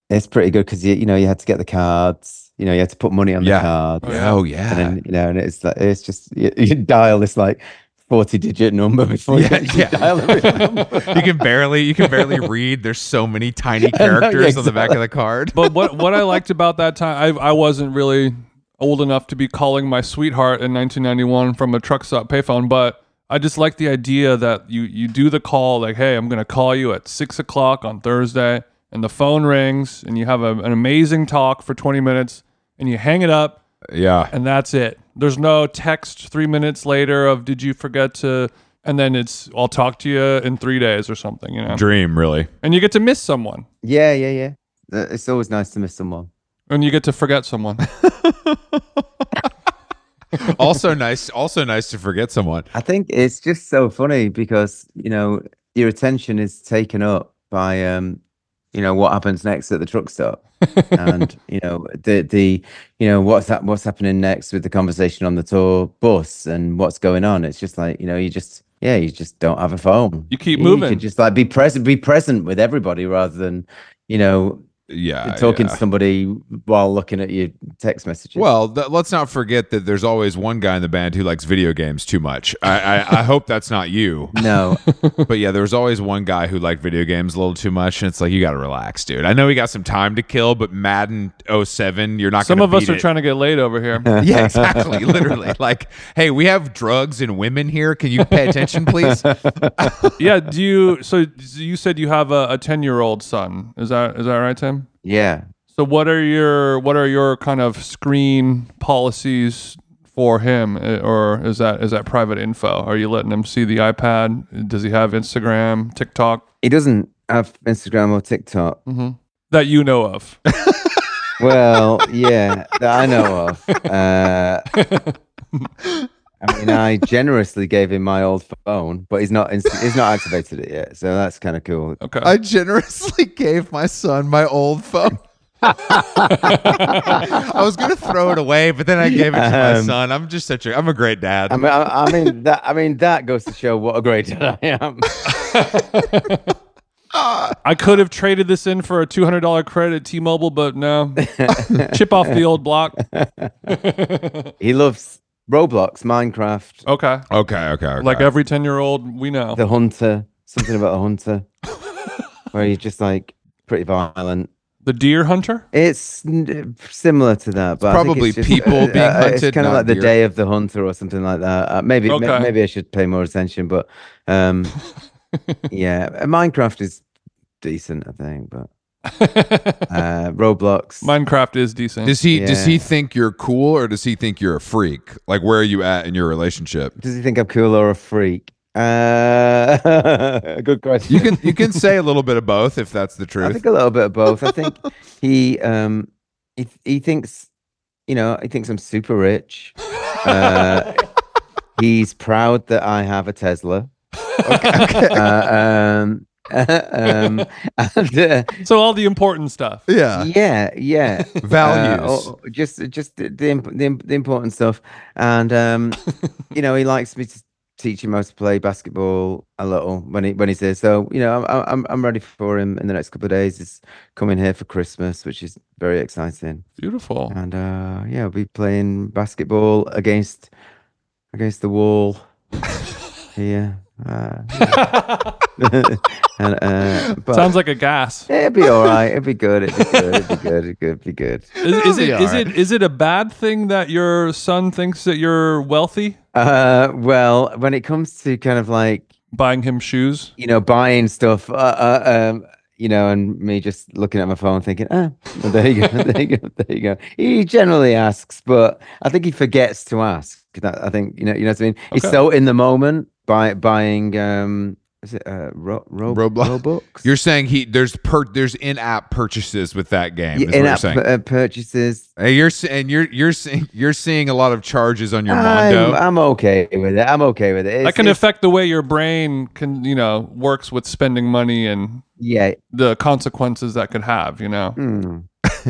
S3: It's pretty good because you you know you had to get the cards. You know you had to put money on
S1: Yeah.
S3: the cards.
S2: Oh,
S1: Oh yeah.
S3: And then you know, and it's like it's just you, you dial this like forty digit number before
S1: Yeah,
S3: you actually
S1: yeah.
S3: dial it.
S1: you can barely you can barely read. There's so many tiny
S3: I know, yeah,
S1: characters on the back of the card.
S2: but what what I liked about that time, I I wasn't really old enough to be calling my sweetheart in 1991 from a truck stop payphone, but I just liked the idea that you you do the call like, hey, I'm gonna call you at six o'clock on Thursday, and the phone rings, and you have a, an amazing talk for 20 minutes, and you hang it up,
S1: Yeah.
S2: and that's it. There's no text three minutes later of did you forget to, and then it's I'll talk to you in three days or something, you know,
S1: Dream really.
S2: and you get to miss someone.
S3: Yeah, yeah, yeah. Uh, It's always nice to miss someone.
S2: And you get to forget someone.
S1: Also nice also nice to forget someone.
S3: I think it's just so funny because you know your attention is taken up by um, you know what happens next at the truck stop, and you know the the you know what's that what's happening next with the conversation on the tour bus and what's going on. It's just like you know you just yeah you just don't have a phone.
S2: You keep
S3: You
S2: moving.
S3: could just like be present, be present with everybody rather than you know
S1: Yeah.
S3: talking
S2: uh,
S1: yeah.
S3: to somebody while looking at your text messages.
S1: Well, th- let's not forget that there's always one guy in the band who likes video games too much. I, I, I hope that's not you,
S3: no,
S1: but yeah, there's always one guy who liked video games a little too much, and it's like you got to relax, dude. I know we got some time to kill, but Madden 07, you're not.
S2: Some
S1: gonna
S2: of us
S1: beat
S2: are
S1: it.
S2: trying to get laid over here.
S1: Yeah, exactly. Literally, like, hey, we have drugs and women here. Can you pay attention, please?
S2: yeah. Do you? So you said you have a ten-year-old son. Is that is that right, Tim?
S3: yeah.
S2: So what are your what are your kind of screen policies for him, Uh, or is that is that private info? Are you letting him see the iPad? Does he have Instagram, TikTok?
S3: He doesn't have Instagram or TikTok.
S2: Mm-hmm. That you know of.
S3: Well, yeah, that I know of. Uh, I mean, I generously gave him my old phone, but he's not inst- he's not activated it yet, so that's kind of cool.
S2: Okay.
S1: I generously gave my son my old phone. I was gonna throw it away, but then I gave it to my
S3: Um,
S1: son. I'm just such a I'm a great dad.
S3: I mean, I, I mean that I mean that goes to show what a great dad I am.
S2: I could have traded this in for a two hundred dollar credit at T-Mobile, but no. Chip off the old block.
S3: He loves Roblox, Minecraft,
S2: Okay.
S1: okay, okay, okay.
S2: Like every ten-year-old we know.
S3: The Hunter, something about the Hunter, where he's just like pretty violent.
S2: The deer hunter?
S3: It's n- similar to that, but I think
S1: probably
S3: it's just, uh,
S1: people being hunted,
S3: It's kind of
S1: not
S3: like the
S1: deer.
S3: Day of the Hunter or something like that. Uh, maybe may-
S2: Okay.
S3: maybe I should pay more attention, but um, yeah, uh, Minecraft is decent, I think, but uh, Roblox.
S2: Minecraft is decent.
S1: does he does he
S3: Yeah.
S1: think you're cool or does he think you're a freak? Like where are you at in your relationship?
S3: Does he think I'm cool or a freak? Uh, good question.
S1: You can you can say a little bit of both if that's the
S3: I
S1: truth.
S3: think a little bit of both. I think he um he he thinks you know he thinks I'm super rich. Uh, he's proud that I have a Tesla. Uh, um, um, and, uh,
S2: so all the important stuff.
S1: Yeah.
S3: yeah, yeah.
S1: Values.
S3: Uh, or- or just just the, the, imp- the, imp- the important stuff. And um, you know, he likes me to teach him how to play basketball a little when he when he's here. So you know, I'm I'm I'm ready for him in the next couple of days. He's coming here for Christmas, which is very exciting.
S2: Beautiful.
S3: And uh, yeah, we'll be playing basketball against against the wall here. Uh, and, uh, but
S2: Sounds like a gas.
S3: it'd be all right. It'd be good. It'd be good. It'd be good. It'd be good. It'd be good.
S2: Is, is it
S1: be
S2: is it is it a bad thing that your son thinks that you're wealthy?
S3: Uh, well, when it comes to kind of like
S2: Buying him shoes?
S3: you know buying stuff, uh, uh, um, you know, and me just looking at my phone thinking, ah, well, there you go, there you go, there you go. He generally asks, but I think he forgets to ask. That- I think you know, you know what I mean. He's
S2: Okay.
S3: so in the moment by buying um Is it uh, Ro- Ro-
S1: Roblox.
S3: Robux?
S1: You're saying he there's per there's in-app purchases with that game. is
S3: Yeah,
S1: what you're
S3: in-app
S1: saying.
S3: pu- uh, purchases.
S1: Hey, you're s- and you're you're seeing you're seeing a lot of charges on your
S3: I'm,
S1: Mondo.
S3: I'm okay with it. I'm okay with it. It's-
S2: that can
S3: it's-
S2: affect the way your brain can you know works with spending money and
S3: yeah.
S2: the consequences that could have. You know.
S3: mm.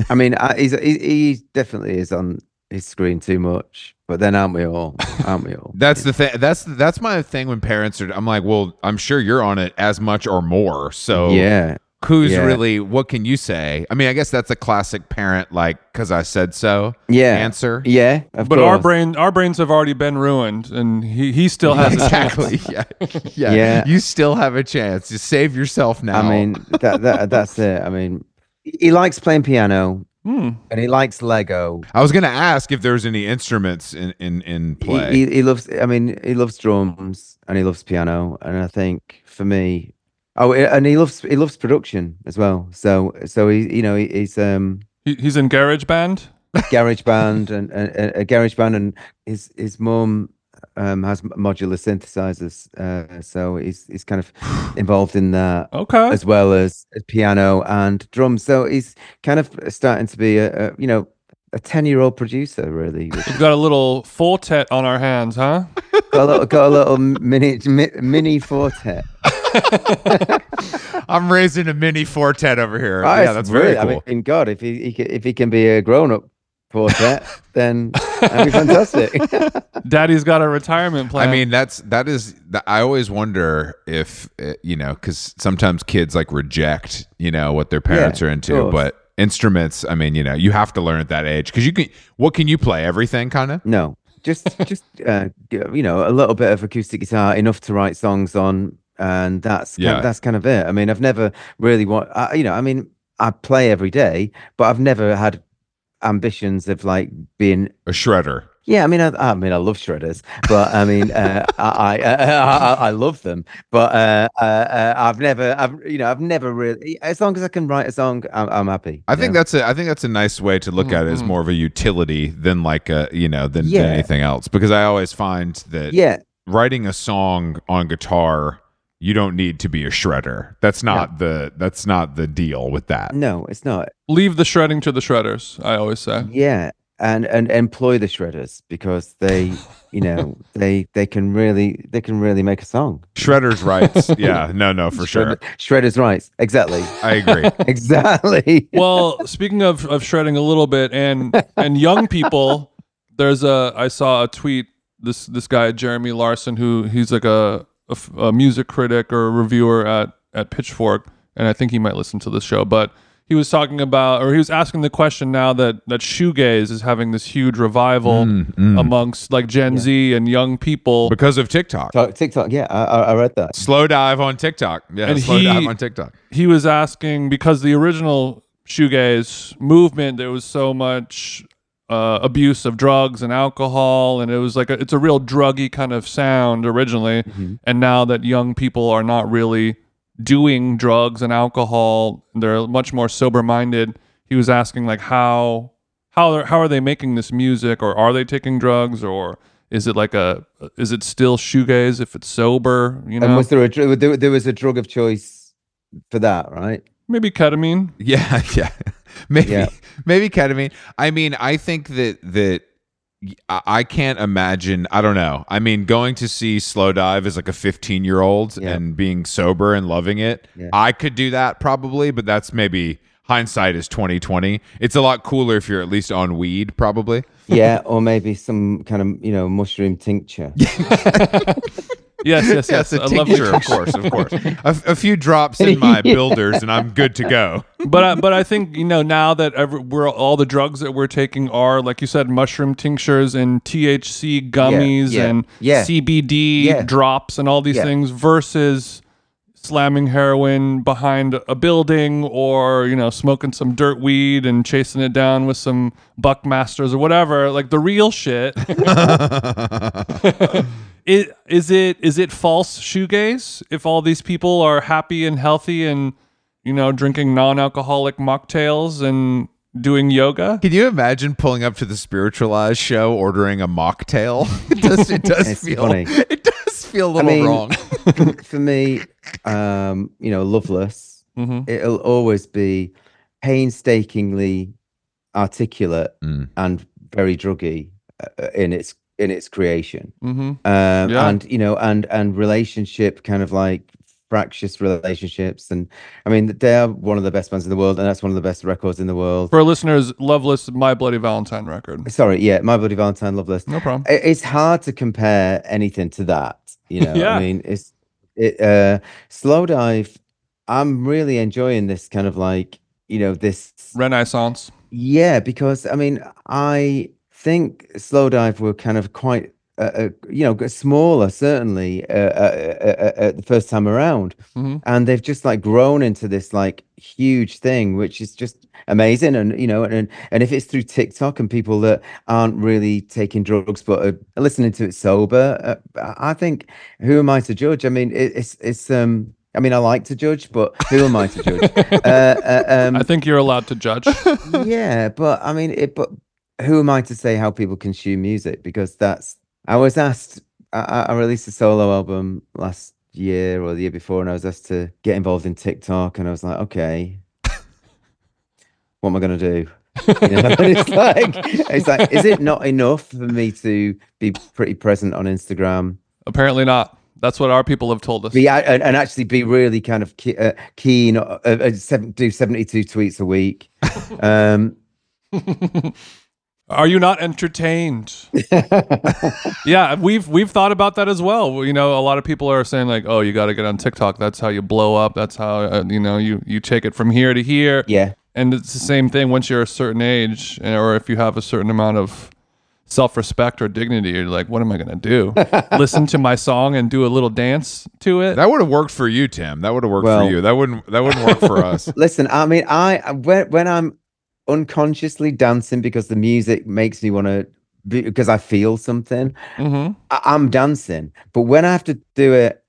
S3: I mean, I, he's, he, he definitely is on his screen too much. But then, aren't we all? Aren't we all?
S1: that's the thing. That's that's my thing when parents are. I'm like, well, I'm sure you're on it as much or more. So
S3: yeah.
S1: who's
S3: Yeah.
S1: really? What can you say? I mean, I guess that's a classic parent like because I said so
S3: Yeah.
S1: answer.
S3: Yeah. Of
S2: But
S3: course.
S2: our brain, our brains have already been ruined, and he, he still has a chance.
S1: exactly. Yeah. yeah,
S3: Yeah.
S1: You still have a chance. Just save yourself now.
S3: I mean, that, that that's it. I mean, he likes playing piano
S2: Hmm.
S3: and he likes Lego.
S1: I was gonna ask if there's any instruments in in in
S3: He-
S1: play.
S3: He, he, loves. I mean, he loves drums and he loves piano. And I think for me, oh, a- and he loves he loves production as well. So so he you know he, he's um
S2: He, he's in GarageBand.
S3: garage band and, and, and a garage band and his his mum um has modular synthesizers. Uh, so he's he's kind of involved in that.
S2: Okay.
S3: as well as piano and drums. So he's kind of starting to be a, a you know a ten year old producer really. which-
S2: We've got a little fortet on our hands, huh?
S3: got a little, got a little mini mi- mini fortet.
S1: I'm raising a mini fortet over here.
S3: Oh,
S1: yeah,
S3: it's
S1: that's very
S3: brilliant.
S1: cool.
S3: I mean, God, if he, he ca- if he can be a grown up quartet, then that'd be fantastic.
S2: Daddy's got a retirement plan.
S1: I mean, that's that is. th- I always wonder if uh, you know, because sometimes kids like reject you know what their parents
S3: Yeah,
S1: are
S3: of
S1: into,
S3: course.
S1: but instruments. I mean, you know, you have to learn at that age because you can. What can you play? Everything, kind of.
S3: no, just just uh, g- you know a little bit of acoustic guitar, enough to write songs on, and that's kind,
S1: Yeah.
S3: that's kind of it. I mean, I've never really want I, you know. I mean, I play every day, but I've never had ambitions of like being
S1: A shredder.
S3: Yeah, I mean, I, I mean, I love shredders, but I mean, uh, I, I, I, I I love them, but uh, uh, uh, I've never, I've you know, I've never really. As long as I can write a song, I'm, I'm happy.
S1: I
S3: you
S1: think
S3: know?
S1: that's a. I think that's a nice way to look at it as
S2: Mhm.
S1: more of a utility than like a you know than,
S3: Yeah.
S1: than anything else because I always find that
S3: yeah,
S1: writing a song on guitar you don't need to be a shredder that's not the that's not the deal with that
S3: no, it's not.
S2: leave the shredding to the shredders. I always say.
S3: Yeah, and and employ the shredders because they, you know, they they can really they can really make a song.
S1: shredder's rights yeah no no for sure
S3: Shredder- shredders rights, exactly,
S1: i agree
S3: exactly.
S2: Well, speaking of, of shredding a little bit, and and young people, there's a I saw a tweet this this guy Jeremy Larson who he's like a, a f- a music critic or a reviewer at at Pitchfork, and I think he might listen to this show, but. He was talking about, or he was asking the question now that that shoegaze is having this huge revival
S1: Mm, mm.
S2: amongst like Gen Z and young people.
S1: because of tiktok
S3: Tok- TikTok, yeah, I, I I read that.
S1: slow dive on tiktok yeah
S2: And
S1: slow
S2: he-
S1: dive on tiktok
S2: he was asking because the original shoegaze movement there was so much uh, abuse of drugs and alcohol and it was like a, it's a real druggy kind of sound originally
S3: Mhm.
S2: and now that young people are not really doing drugs and alcohol they're much more sober minded he was asking like how how are, how are they making this music or are they taking drugs or is it like a is it still shoegaze if it's sober you
S3: And
S2: know
S3: was there a dr- there, there was a drug of choice for that, right?
S2: maybe ketamine
S1: yeah yeah maybe
S3: Yeah.
S1: maybe ketamine i mean i think that that I- I can't imagine. I don't know. I mean, going to see Slow Dive as like a 15 year old
S3: Yeah.
S1: and being sober and loving it.
S3: Yeah.
S1: I could do that probably, but that's maybe hindsight is 2020. It's a lot cooler if you're at least on weed, probably.
S3: yeah, or maybe some kind of you know mushroom tincture.
S2: yes yes yes,
S1: a
S2: I love the
S1: tincture, of
S2: tincture.
S1: course, of course. A, a few drops in my builders and I'm good to go.
S2: but I, but I think you know now that every, we're all the drugs that we're taking are like you said mushroom tinctures and THC gummies
S3: yeah,
S2: and
S3: yeah.
S2: CBD
S3: Yeah.
S2: drops and all these
S3: Yeah.
S2: things versus slamming heroin behind a building or you know smoking some dirt weed and chasing it down with some buckmasters or whatever like the real shit is, is it is it false shoegaze if all these people are happy and healthy and you know drinking non-alcoholic mocktails and doing yoga
S1: Can you imagine pulling up to the spiritualized show ordering a mocktail? It does it does
S3: It's
S1: feel
S3: funny.
S1: it does feel a
S3: I
S1: little
S3: mean-
S1: wrong.
S3: for me, um, you know, Loveless,
S2: Mhm.
S3: it'll always be painstakingly articulate
S1: Mm.
S3: and very druggy uh, in its in its creation.
S2: Mhm.
S3: um,
S2: Yeah.
S3: and you know and and relationship kind of like fractious relationships and i mean they are one of the best bands in the world and that's one of the best records in the world
S2: For our listeners, Loveless, My Bloody Valentine record.
S3: sorry yeah my bloody valentine loveless
S2: No problem.
S3: I- it's hard to compare anything to that you know
S2: Yeah.
S3: i mean it's it uh slow dive i'm really enjoying this kind of like you know this
S2: Renaissance.
S3: Yeah, because I mean, I think slow dive were kind of quite, uh, uh, you know, g- smaller certainly uh, uh, uh, uh, uh, the first time around,
S2: Mhm.
S3: and they've just like grown into this like huge thing, which is just amazing. And you know, and and if it's through TikTok and people that aren't really taking drugs but are listening to it sober, uh, I I think who am I to judge? I mean, it, it's it's um, I mean, I like to judge, but who am I to judge? Uh, uh, um,
S2: I think you're allowed to judge.
S3: yeah, but I mean, it. But who am I to say how people consume music? Because that's. I was asked. I- I, I released a solo album last year or the year before, and I was asked to get involved in TikTok, and I was like, okay, what am I gonna do? You know, and it's like, it's like, is it not enough for me to be pretty present on Instagram?
S2: Apparently not. That's what our people have told us.
S3: Be a- and, and actually be really kind of ke- uh, keen. Uh, uh, seven, do seventy-two tweets a week. Um,
S2: Are you not entertained? yeah, we've we've thought about that as well. You know, a lot of people are saying like, "Oh, you got to get on TikTok. That's how you blow up. That's how uh, you know you you take it from here to here."
S3: yeah,
S2: And it's the same thing once you're a certain age, eh, or if you have a certain amount of self-respect or dignity, you're like, "What am I gonna do? Listen to my song and do a little dance to it?"
S1: That would have worked for you, Tim. That would have worked
S3: Well-
S1: for you. That wouldn't. That wouldn't work for us.
S3: Listen, I mean, I when when I'm unconsciously dancing because the music makes me want to because I feel something,
S2: hmm
S3: I, I'm dancing. But when I have to do it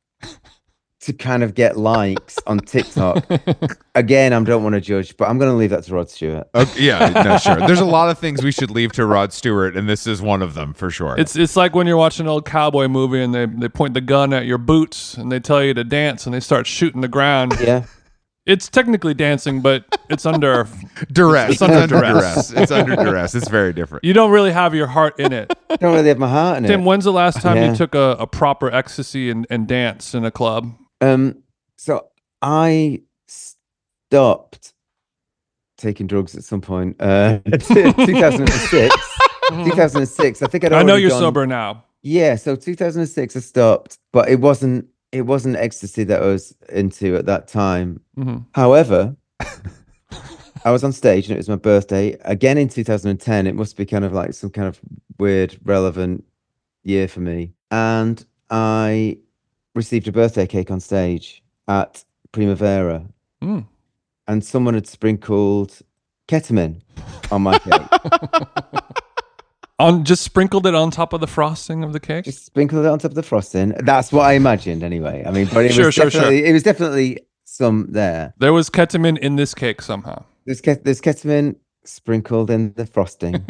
S3: to kind of get likes on TikTok, again, I don't want to judge, but I'm going to leave that to Rod Stewart.
S1: Okay, yeah, no, sure. There's a lot of things we should leave to Rod Stewart, and this is one of them for sure.
S2: It's it's like when you're watching an old cowboy movie and they, they point the gun at your boots and they tell you to dance and they start shooting the ground.
S3: Yeah,
S2: It's technically dancing, but it's under
S1: duress.
S2: it's under
S1: duress. It's under duress. It's very different.
S2: you don't really have your heart in it.
S3: I don't really have my heart in
S2: Tim,
S3: it.
S2: when's the last time
S3: Yeah.
S2: you took a, a proper ecstasy and, and dance in a club?
S3: Um, so I stopped taking drugs at some point. Uh, 2006. 2006. I think I'd
S2: Mm-hmm. I know
S3: already
S2: you're
S3: gone-
S2: sober now.
S3: Yeah, so 2006 I stopped, but it wasn't it wasn't ecstasy that I was into at that time.
S2: hmm
S3: However, I was on stage and it was my birthday again in 2010. It must be kind of like some kind of weird relevant year for me. And I received a birthday cake on stage at Primavera
S2: Mm.
S3: and someone had sprinkled ketamine on my cake.
S2: On just sprinkled it on top of the frosting of the cake.
S3: just sprinkled it on top of the frosting. That's what I imagined anyway. I mean, but it
S2: Sure,
S3: was
S2: sure, sure.
S3: definitely it was definitely some there.
S2: there was ketamine in this cake somehow.
S3: There's ke- there's ketamine sprinkled in the frosting.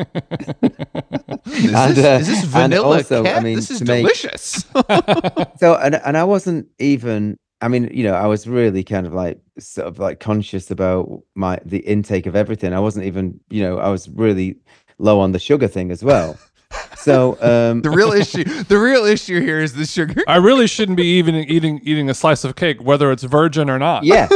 S1: Is,
S3: And,
S1: this,
S3: uh,
S1: is this
S3: and
S1: vanilla?
S3: also,
S1: cat?
S3: I mean,
S1: this is
S3: to make-
S1: delicious.
S3: so and and I wasn't even I mean, you know, I was really kind of like sort of like conscious about my the intake of everything. I wasn't even, you know, I was really low on the sugar thing as well. So um
S1: the real issue. The real issue here is the sugar.
S2: I really shouldn't be even eating eating a slice of cake, whether it's virgin or not.
S3: yeah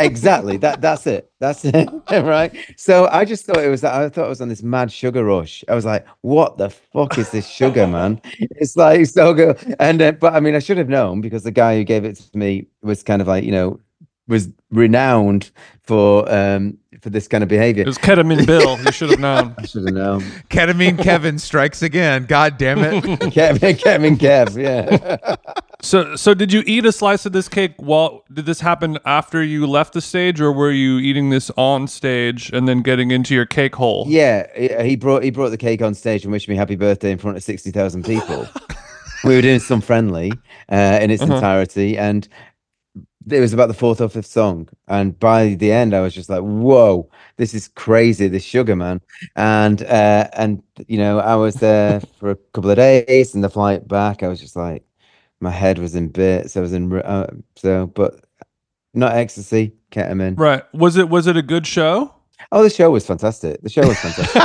S3: exactly that that's it that's it right so i just thought it was that i thought i was on this mad sugar rush i was like what the fuck is this sugar man it's like so good and uh, but i mean i should have known because the guy who gave it to me was kind of like you know was renowned for um for this kind of behavior
S2: It was ketamine Bill. You should have known.
S3: i should have known
S1: Ketamine Kevin strikes again. God damn it.
S3: kevin kevin kev yeah
S2: So, so did you eat a slice of this cake? While did this happen after you left the stage, or were you eating this on stage and then getting into your cake hole?
S3: Yeah, he- he brought he brought the cake on stage and wished me happy birthday in front of sixty thousand people. we were doing some friendly uh, in its entirety, and it was about the fourth or fifth song. And by the end, I was just like, "Whoa, this is crazy! This sugar man." And uh, and you know, I was there for a couple of days, and the flight back, I was just like, my head was in bits. I was in uh, so, but not ecstasy, ketamine.
S2: Right. Was it was it a good show?
S3: Oh, the show was fantastic. The show was fantastic.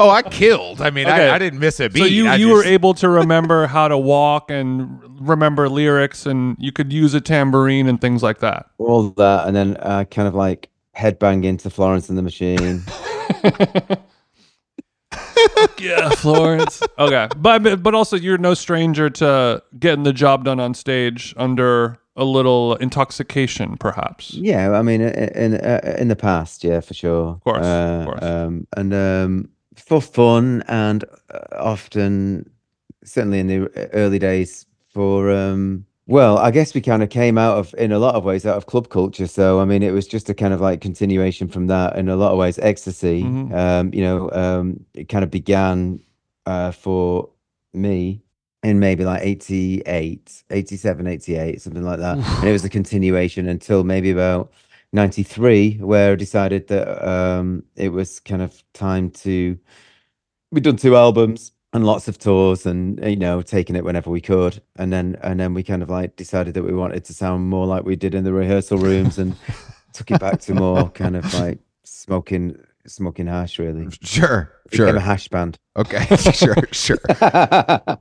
S1: oh, I killed. I mean,
S2: Okay.
S1: I, I didn't miss a beat.
S2: so you
S1: I
S2: you were
S1: just-
S2: able to remember how to walk and remember lyrics and you could use a tambourine and things like that.
S3: All that, and then uh, kind of like headbang into Florence and the Machine.
S2: yeah, Florence. okay, but but also you're no stranger to getting the job done on stage under a little intoxication, perhaps.
S3: Yeah, I mean, i- in uh, in the past, yeah, for sure. Of
S2: course, of
S3: uh,
S2: course.
S3: Um, and um, for fun, and uh, often, certainly in the early days, for um, well, I guess we kind of came out of, in a lot of ways, out of club culture. So I mean, it was just a kind of like continuation from that. In a lot of ways, ecstasy,
S2: Mhm.
S3: um, you know, um, it kind of began uh, for me in maybe like 88 87 88 something like that and it was a continuation until maybe about 93 where i decided that um it was kind of time to we'd done two albums and lots of tours and you know taking it whenever we could and then and then we kind of like decided that we wanted to sound more like we did in the rehearsal rooms and took it back to more kind of like smoking smoking hash really
S1: Sure,
S3: Became a
S1: sure.
S3: hash band
S1: Okay, sure, sure.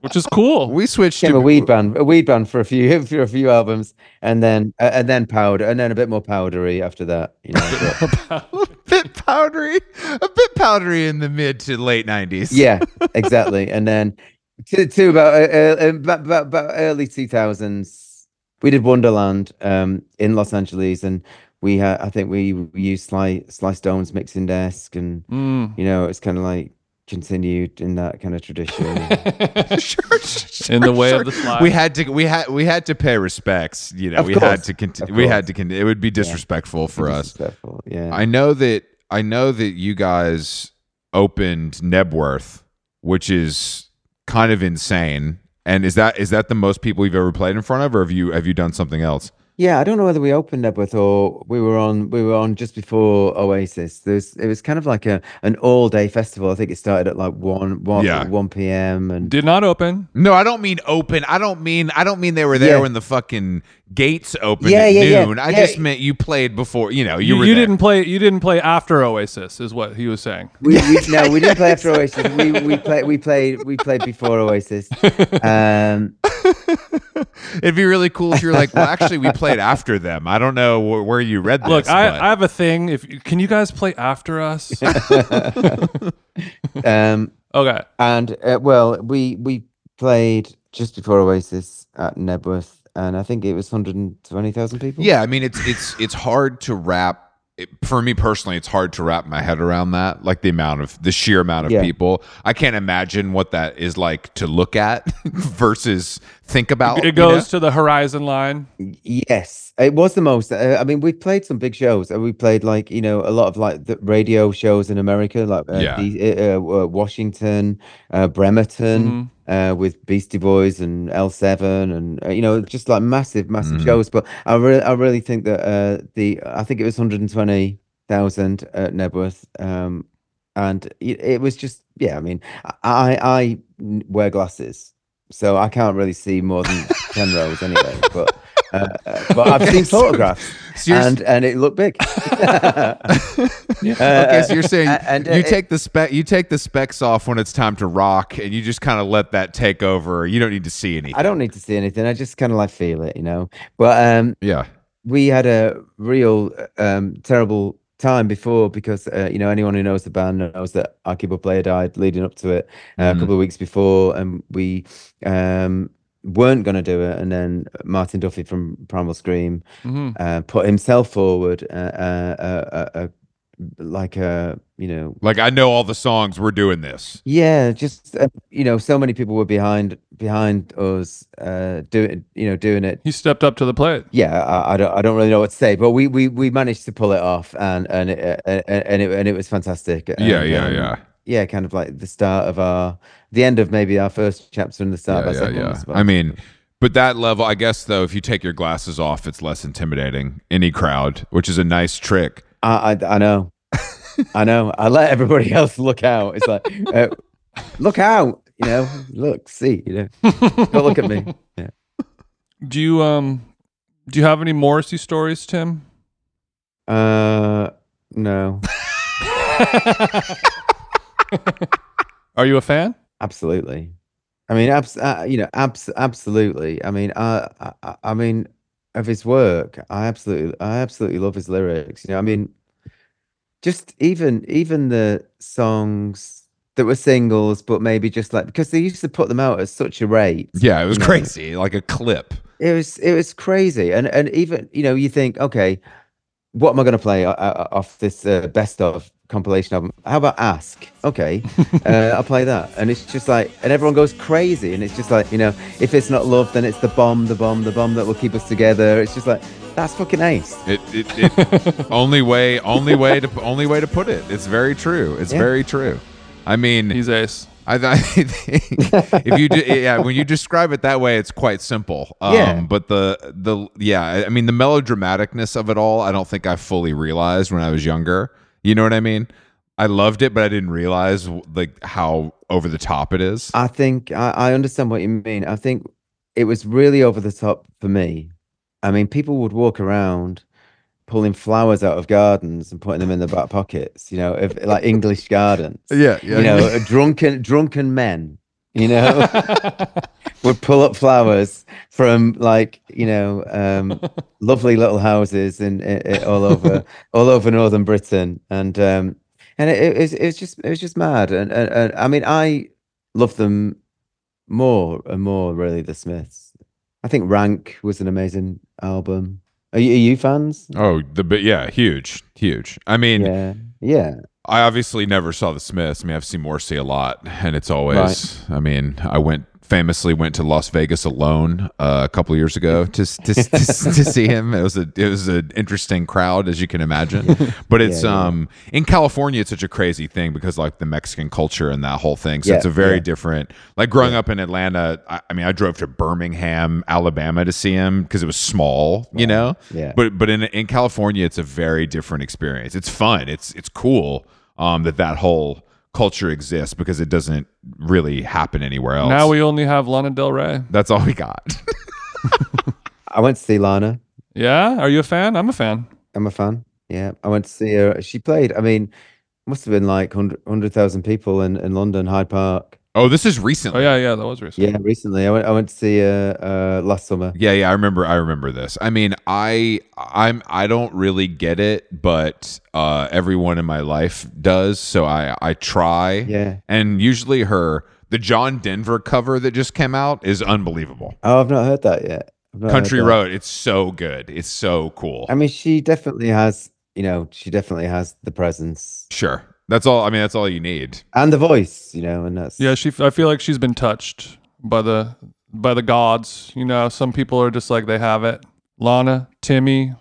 S2: Which is cool.
S1: We switched
S3: became
S1: to
S3: a weed band, a weed band for a few for a few albums, and then uh, and then powder, and then a bit more powdery after that. You know, but-
S1: a bit powdery, a bit powdery in the mid to late nineties.
S3: yeah, exactly. And then to, to about, uh, uh, about, about about early two thousands, we did Wonderland um, in Los Angeles, and we had I think we, we used Sly Sly Stone's mixing desk, and
S2: Mm.
S3: you know it's kind of like continued in that kind of tradition.
S1: sure, sure,
S2: In the way
S1: sure.
S2: of the slide.
S1: We had to, we had, we had to pay respects. You know,
S3: Of
S1: we
S3: course,
S1: had to continue.
S3: of
S1: We
S3: course.
S1: had to continue. It would be disrespectful for us.
S3: Disrespectful, yeah.
S1: I know that I know that you guys opened Nebworth, which is kind of insane. And is that is that the most people you've ever played in front of, or have you have you done something else?
S3: Yeah, I don't know whether we opened up with or we were on we were on just before Oasis. There's it was kind of like a an all day festival. I think it started at like one one
S1: Yeah.
S3: one p.m. and
S2: Did not open.
S1: No, I don't mean open. I don't mean I don't mean they were there
S3: Yeah.
S1: when the fucking gates opened
S3: Yeah,
S1: at
S3: yeah, yeah,
S1: noon. I
S3: yeah.
S1: just meant you played before. You know, Oh, you,
S2: You,
S1: were
S2: you
S1: there.
S2: didn't play. You didn't play after Oasis, is what he was saying.
S3: we, we no we didn't play after Oasis. We we played we played we played before Oasis. Um,
S1: It'd be really cool if you're like, well, actually, we played after them. I don't know wh- where you read this.
S2: Look,
S1: but-
S2: I, I have a thing. If you- can you guys play after us?
S3: um,
S2: okay.
S3: and uh, well, we we played just before Oasis at Nebworth, and I think it was hundred and twenty thousand people.
S1: Yeah, I mean it's it's it's hard to wrap it, for me personally. It's hard to wrap my head around that, like the amount of the sheer amount of
S3: Yeah.
S1: people. I can't imagine what that is like to look at versus think about. you
S2: It
S1: know?
S2: goes to the horizon line.
S3: Yes, it was the most. Uh, I mean, we played some big shows. Uh, We played like you know a lot of like the radio shows in America, like uh,
S1: Yeah.
S3: D- uh, uh, uh, Washington, uh, Bremerton,
S2: Mhm.
S3: uh, with Beastie Boys and L Seven, and uh, you know just like massive, massive
S1: Mhm.
S3: shows. But I really, I really think that uh, the I think it was 120,000 at Nebworth, um, and it, it was just yeah. I mean, I I, I n- wear glasses, so I can't really see more than ten rows anyway. But uh, uh, but I've seen
S1: so-
S3: photographs
S1: So you're-
S3: and and it looked big.
S1: okay, so you're saying
S3: uh, and, uh,
S1: you
S3: it-
S1: take the spec you take the specs off when it's time to rock, and you just kind of let that take over. You don't need to see anything.
S3: I don't need to see anything. I just kind of like feel it, you know. But um,
S1: yeah,
S3: we had a real uh, um, terrible time before because uh, you know anyone who knows the band knows that Akiba Player died leading up to it uh,
S1: Mhm.
S3: a couple of weeks before, and we um, weren't going to do it. And then Martin Duffy from Primal Scream
S2: Mhm.
S3: uh, put himself forward, uh, uh, uh, uh, uh, like a you know
S1: like I know all the songs. We're doing this.
S3: yeah, just uh, you know, so many people were behind behind us uh, doing you know doing it.
S2: He stepped up to the plate.
S3: Yeah, I, I don't I don't really know what to say, but we we we managed to pull it off, and and it, uh, and, and it and it was fantastic.
S1: Yeah,
S3: and,
S1: yeah,
S3: um,
S1: yeah.
S3: yeah. Kind of like the start of our the end of maybe our first chapter and the start of our second. one, I suppose.
S1: I mean, but that level, I guess, though, if you take your glasses off, it's less intimidating. Any crowd, which is a nice trick.
S3: I, I I know, I know. I let everybody else look out. It's like, uh, look out, you know, look, see, you know, don't look at me. Yeah.
S2: Do you um do you have any Morrissey stories, Tim?
S3: Uh, no,
S2: Are you a fan?
S3: absolutely. I mean, abs- uh, you know, abs- absolutely. I mean, I, I- I, I mean, of his work, I absolutely, I absolutely love his lyrics. You know, I mean, just even, even the songs that were singles, but maybe just like because they used to put them out at such a rate.
S1: Yeah, it was
S3: No.
S1: crazy, like a clip.
S3: It was it was crazy, and and even you know you think okay, what am I going to play o- o- off this uh, best of compilation album? How about Ask? Okay, uh, I'll play that, and it's just like and everyone goes crazy, and it's just like you know if it's not love, then it's the bomb, the bomb, the bomb that will keep us together. It's just like that's fucking ace.
S1: It, it, it only way, only way to, only way to put it. It's very true. It's
S3: Yeah.
S1: very true. I mean,
S2: He's ace.
S1: I, I think if you do, yeah, when you describe it that way, it's quite simple. Um,
S3: Yeah.
S1: But the the yeah, I- I mean the melodramaticness of it all, I don't think I fully realized when I was younger. You know what I mean? I loved it, but I didn't realize like how over the top it is.
S3: I think I, I understand what you mean. I think it was really over the top for me. I mean, people would walk around pulling flowers out of gardens and putting them in their back pockets, you know, if, like English gardens.
S1: yeah, yeah.
S3: You know, drunken drunken men, you know, would pull up flowers from like, you know, um, lovely little houses in, i i all over all over northern Britain, and um, and it, it, was- it was just it was just mad. And, and, and I mean, I love them more and more. Really, the Smiths. I think Rank was an amazing album. Are you, are you fans?
S1: oh, the but yeah, huge, huge. I mean,
S3: Yeah, yeah.
S1: I obviously never saw the Smiths. I mean, I've seen Morrissey a lot, and it's always. I mean, I went famously went to Las Vegas alone uh, a couple years ago to to, to to see him. It was a it was an interesting crowd, as you can imagine. But it's
S3: Yeah, yeah.
S1: um in California, it's such a crazy thing because like the Mexican culture and that whole thing. So
S3: Yeah,
S1: it's a very
S3: yeah.
S1: different. Like growing up in Atlanta, I, I mean, I drove to Birmingham, Alabama, to see him because it was small, you know.
S3: yeah.
S1: But but in in California, it's a very different experience. It's fun. It's it's cool um, that that whole culture exists because it doesn't really happen anywhere else.
S2: Now we only have Lana Del Rey.
S1: that's all we got.
S3: I went to see Lana.
S2: Yeah, are you a fan? I'm a fan.
S3: I'm a fan. Yeah, I went to see her. She played. I mean, must have been like 100 100,000 people in, in London, Hyde Park.
S1: oh, this is
S2: Oh
S1: recently.
S2: yeah, yeah, that was recent.
S3: Yeah, recently. I went. I went to see her uh, last summer.
S1: Yeah, yeah, I remember. I remember this. I mean, I, I'm, I don't really get it, but uh, everyone in my life does. So I, I try.
S3: Yeah.
S1: And usually, her the John Denver cover that just came out is unbelievable.
S3: Oh, I've not heard that yet. I've
S2: Oh,
S3: not heard
S1: Country
S3: that.
S1: Road. It's so good. It's so cool.
S3: I mean, she definitely has. You know, she definitely has the presence
S1: Sure. That's all. I mean, that's all you need.
S3: and the voice. You know, and that's
S2: Yeah, she. I feel like she's been touched by the by the gods. You know, some people are just like they have it. Lana, Timmy,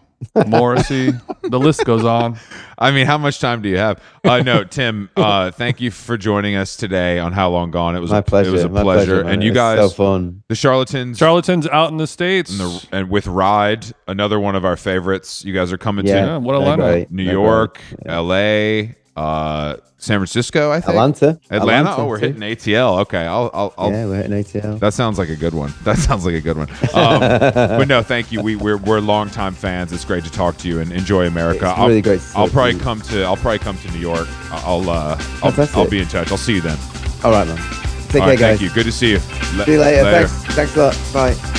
S2: Morrissey. the list goes on.
S1: I mean, how much time do you have? Uh, no, Tim. Uh, thank you for joining us today on How Long Gone. It was
S3: my
S1: a,
S3: pleasure.
S1: It was a
S3: my
S1: pleasure.
S3: man.
S1: and
S3: It
S1: you
S3: was
S1: guys,
S3: so fun.
S1: the charlatans,
S2: Charlatans out in the states.
S1: and, the, and with Ride, another one of our favorites. You guys are coming
S3: Yeah.
S2: yeah, what a
S3: They're
S2: lineup.
S3: great.
S1: to New
S3: They're
S1: York, L.A., uh, San Francisco. I think
S3: Atlanta,
S1: Atlanta? oh, we're
S3: too.
S1: hitting ATL. Okay, I'll, I'll, I'll
S3: yeah, we're hitting ATL.
S1: That sounds like a good one. That sounds like a good one. Um, but no, thank you. We we're we're longtime fans. It's great to talk to you and enjoy America.
S3: It's
S1: I'll,
S3: really great to
S1: I'll
S3: talk
S1: probably
S3: to you.
S1: come to I'll probably come to New York. I'll uh I'll,
S3: Fantastic.
S1: I'll be in touch. I'll see you then.
S3: All right, man. Take
S1: All
S3: care,
S1: right,
S3: guys.
S1: Thank you. Good to see you. Le-
S3: See you later. Thanks. Thanks a lot. Bye.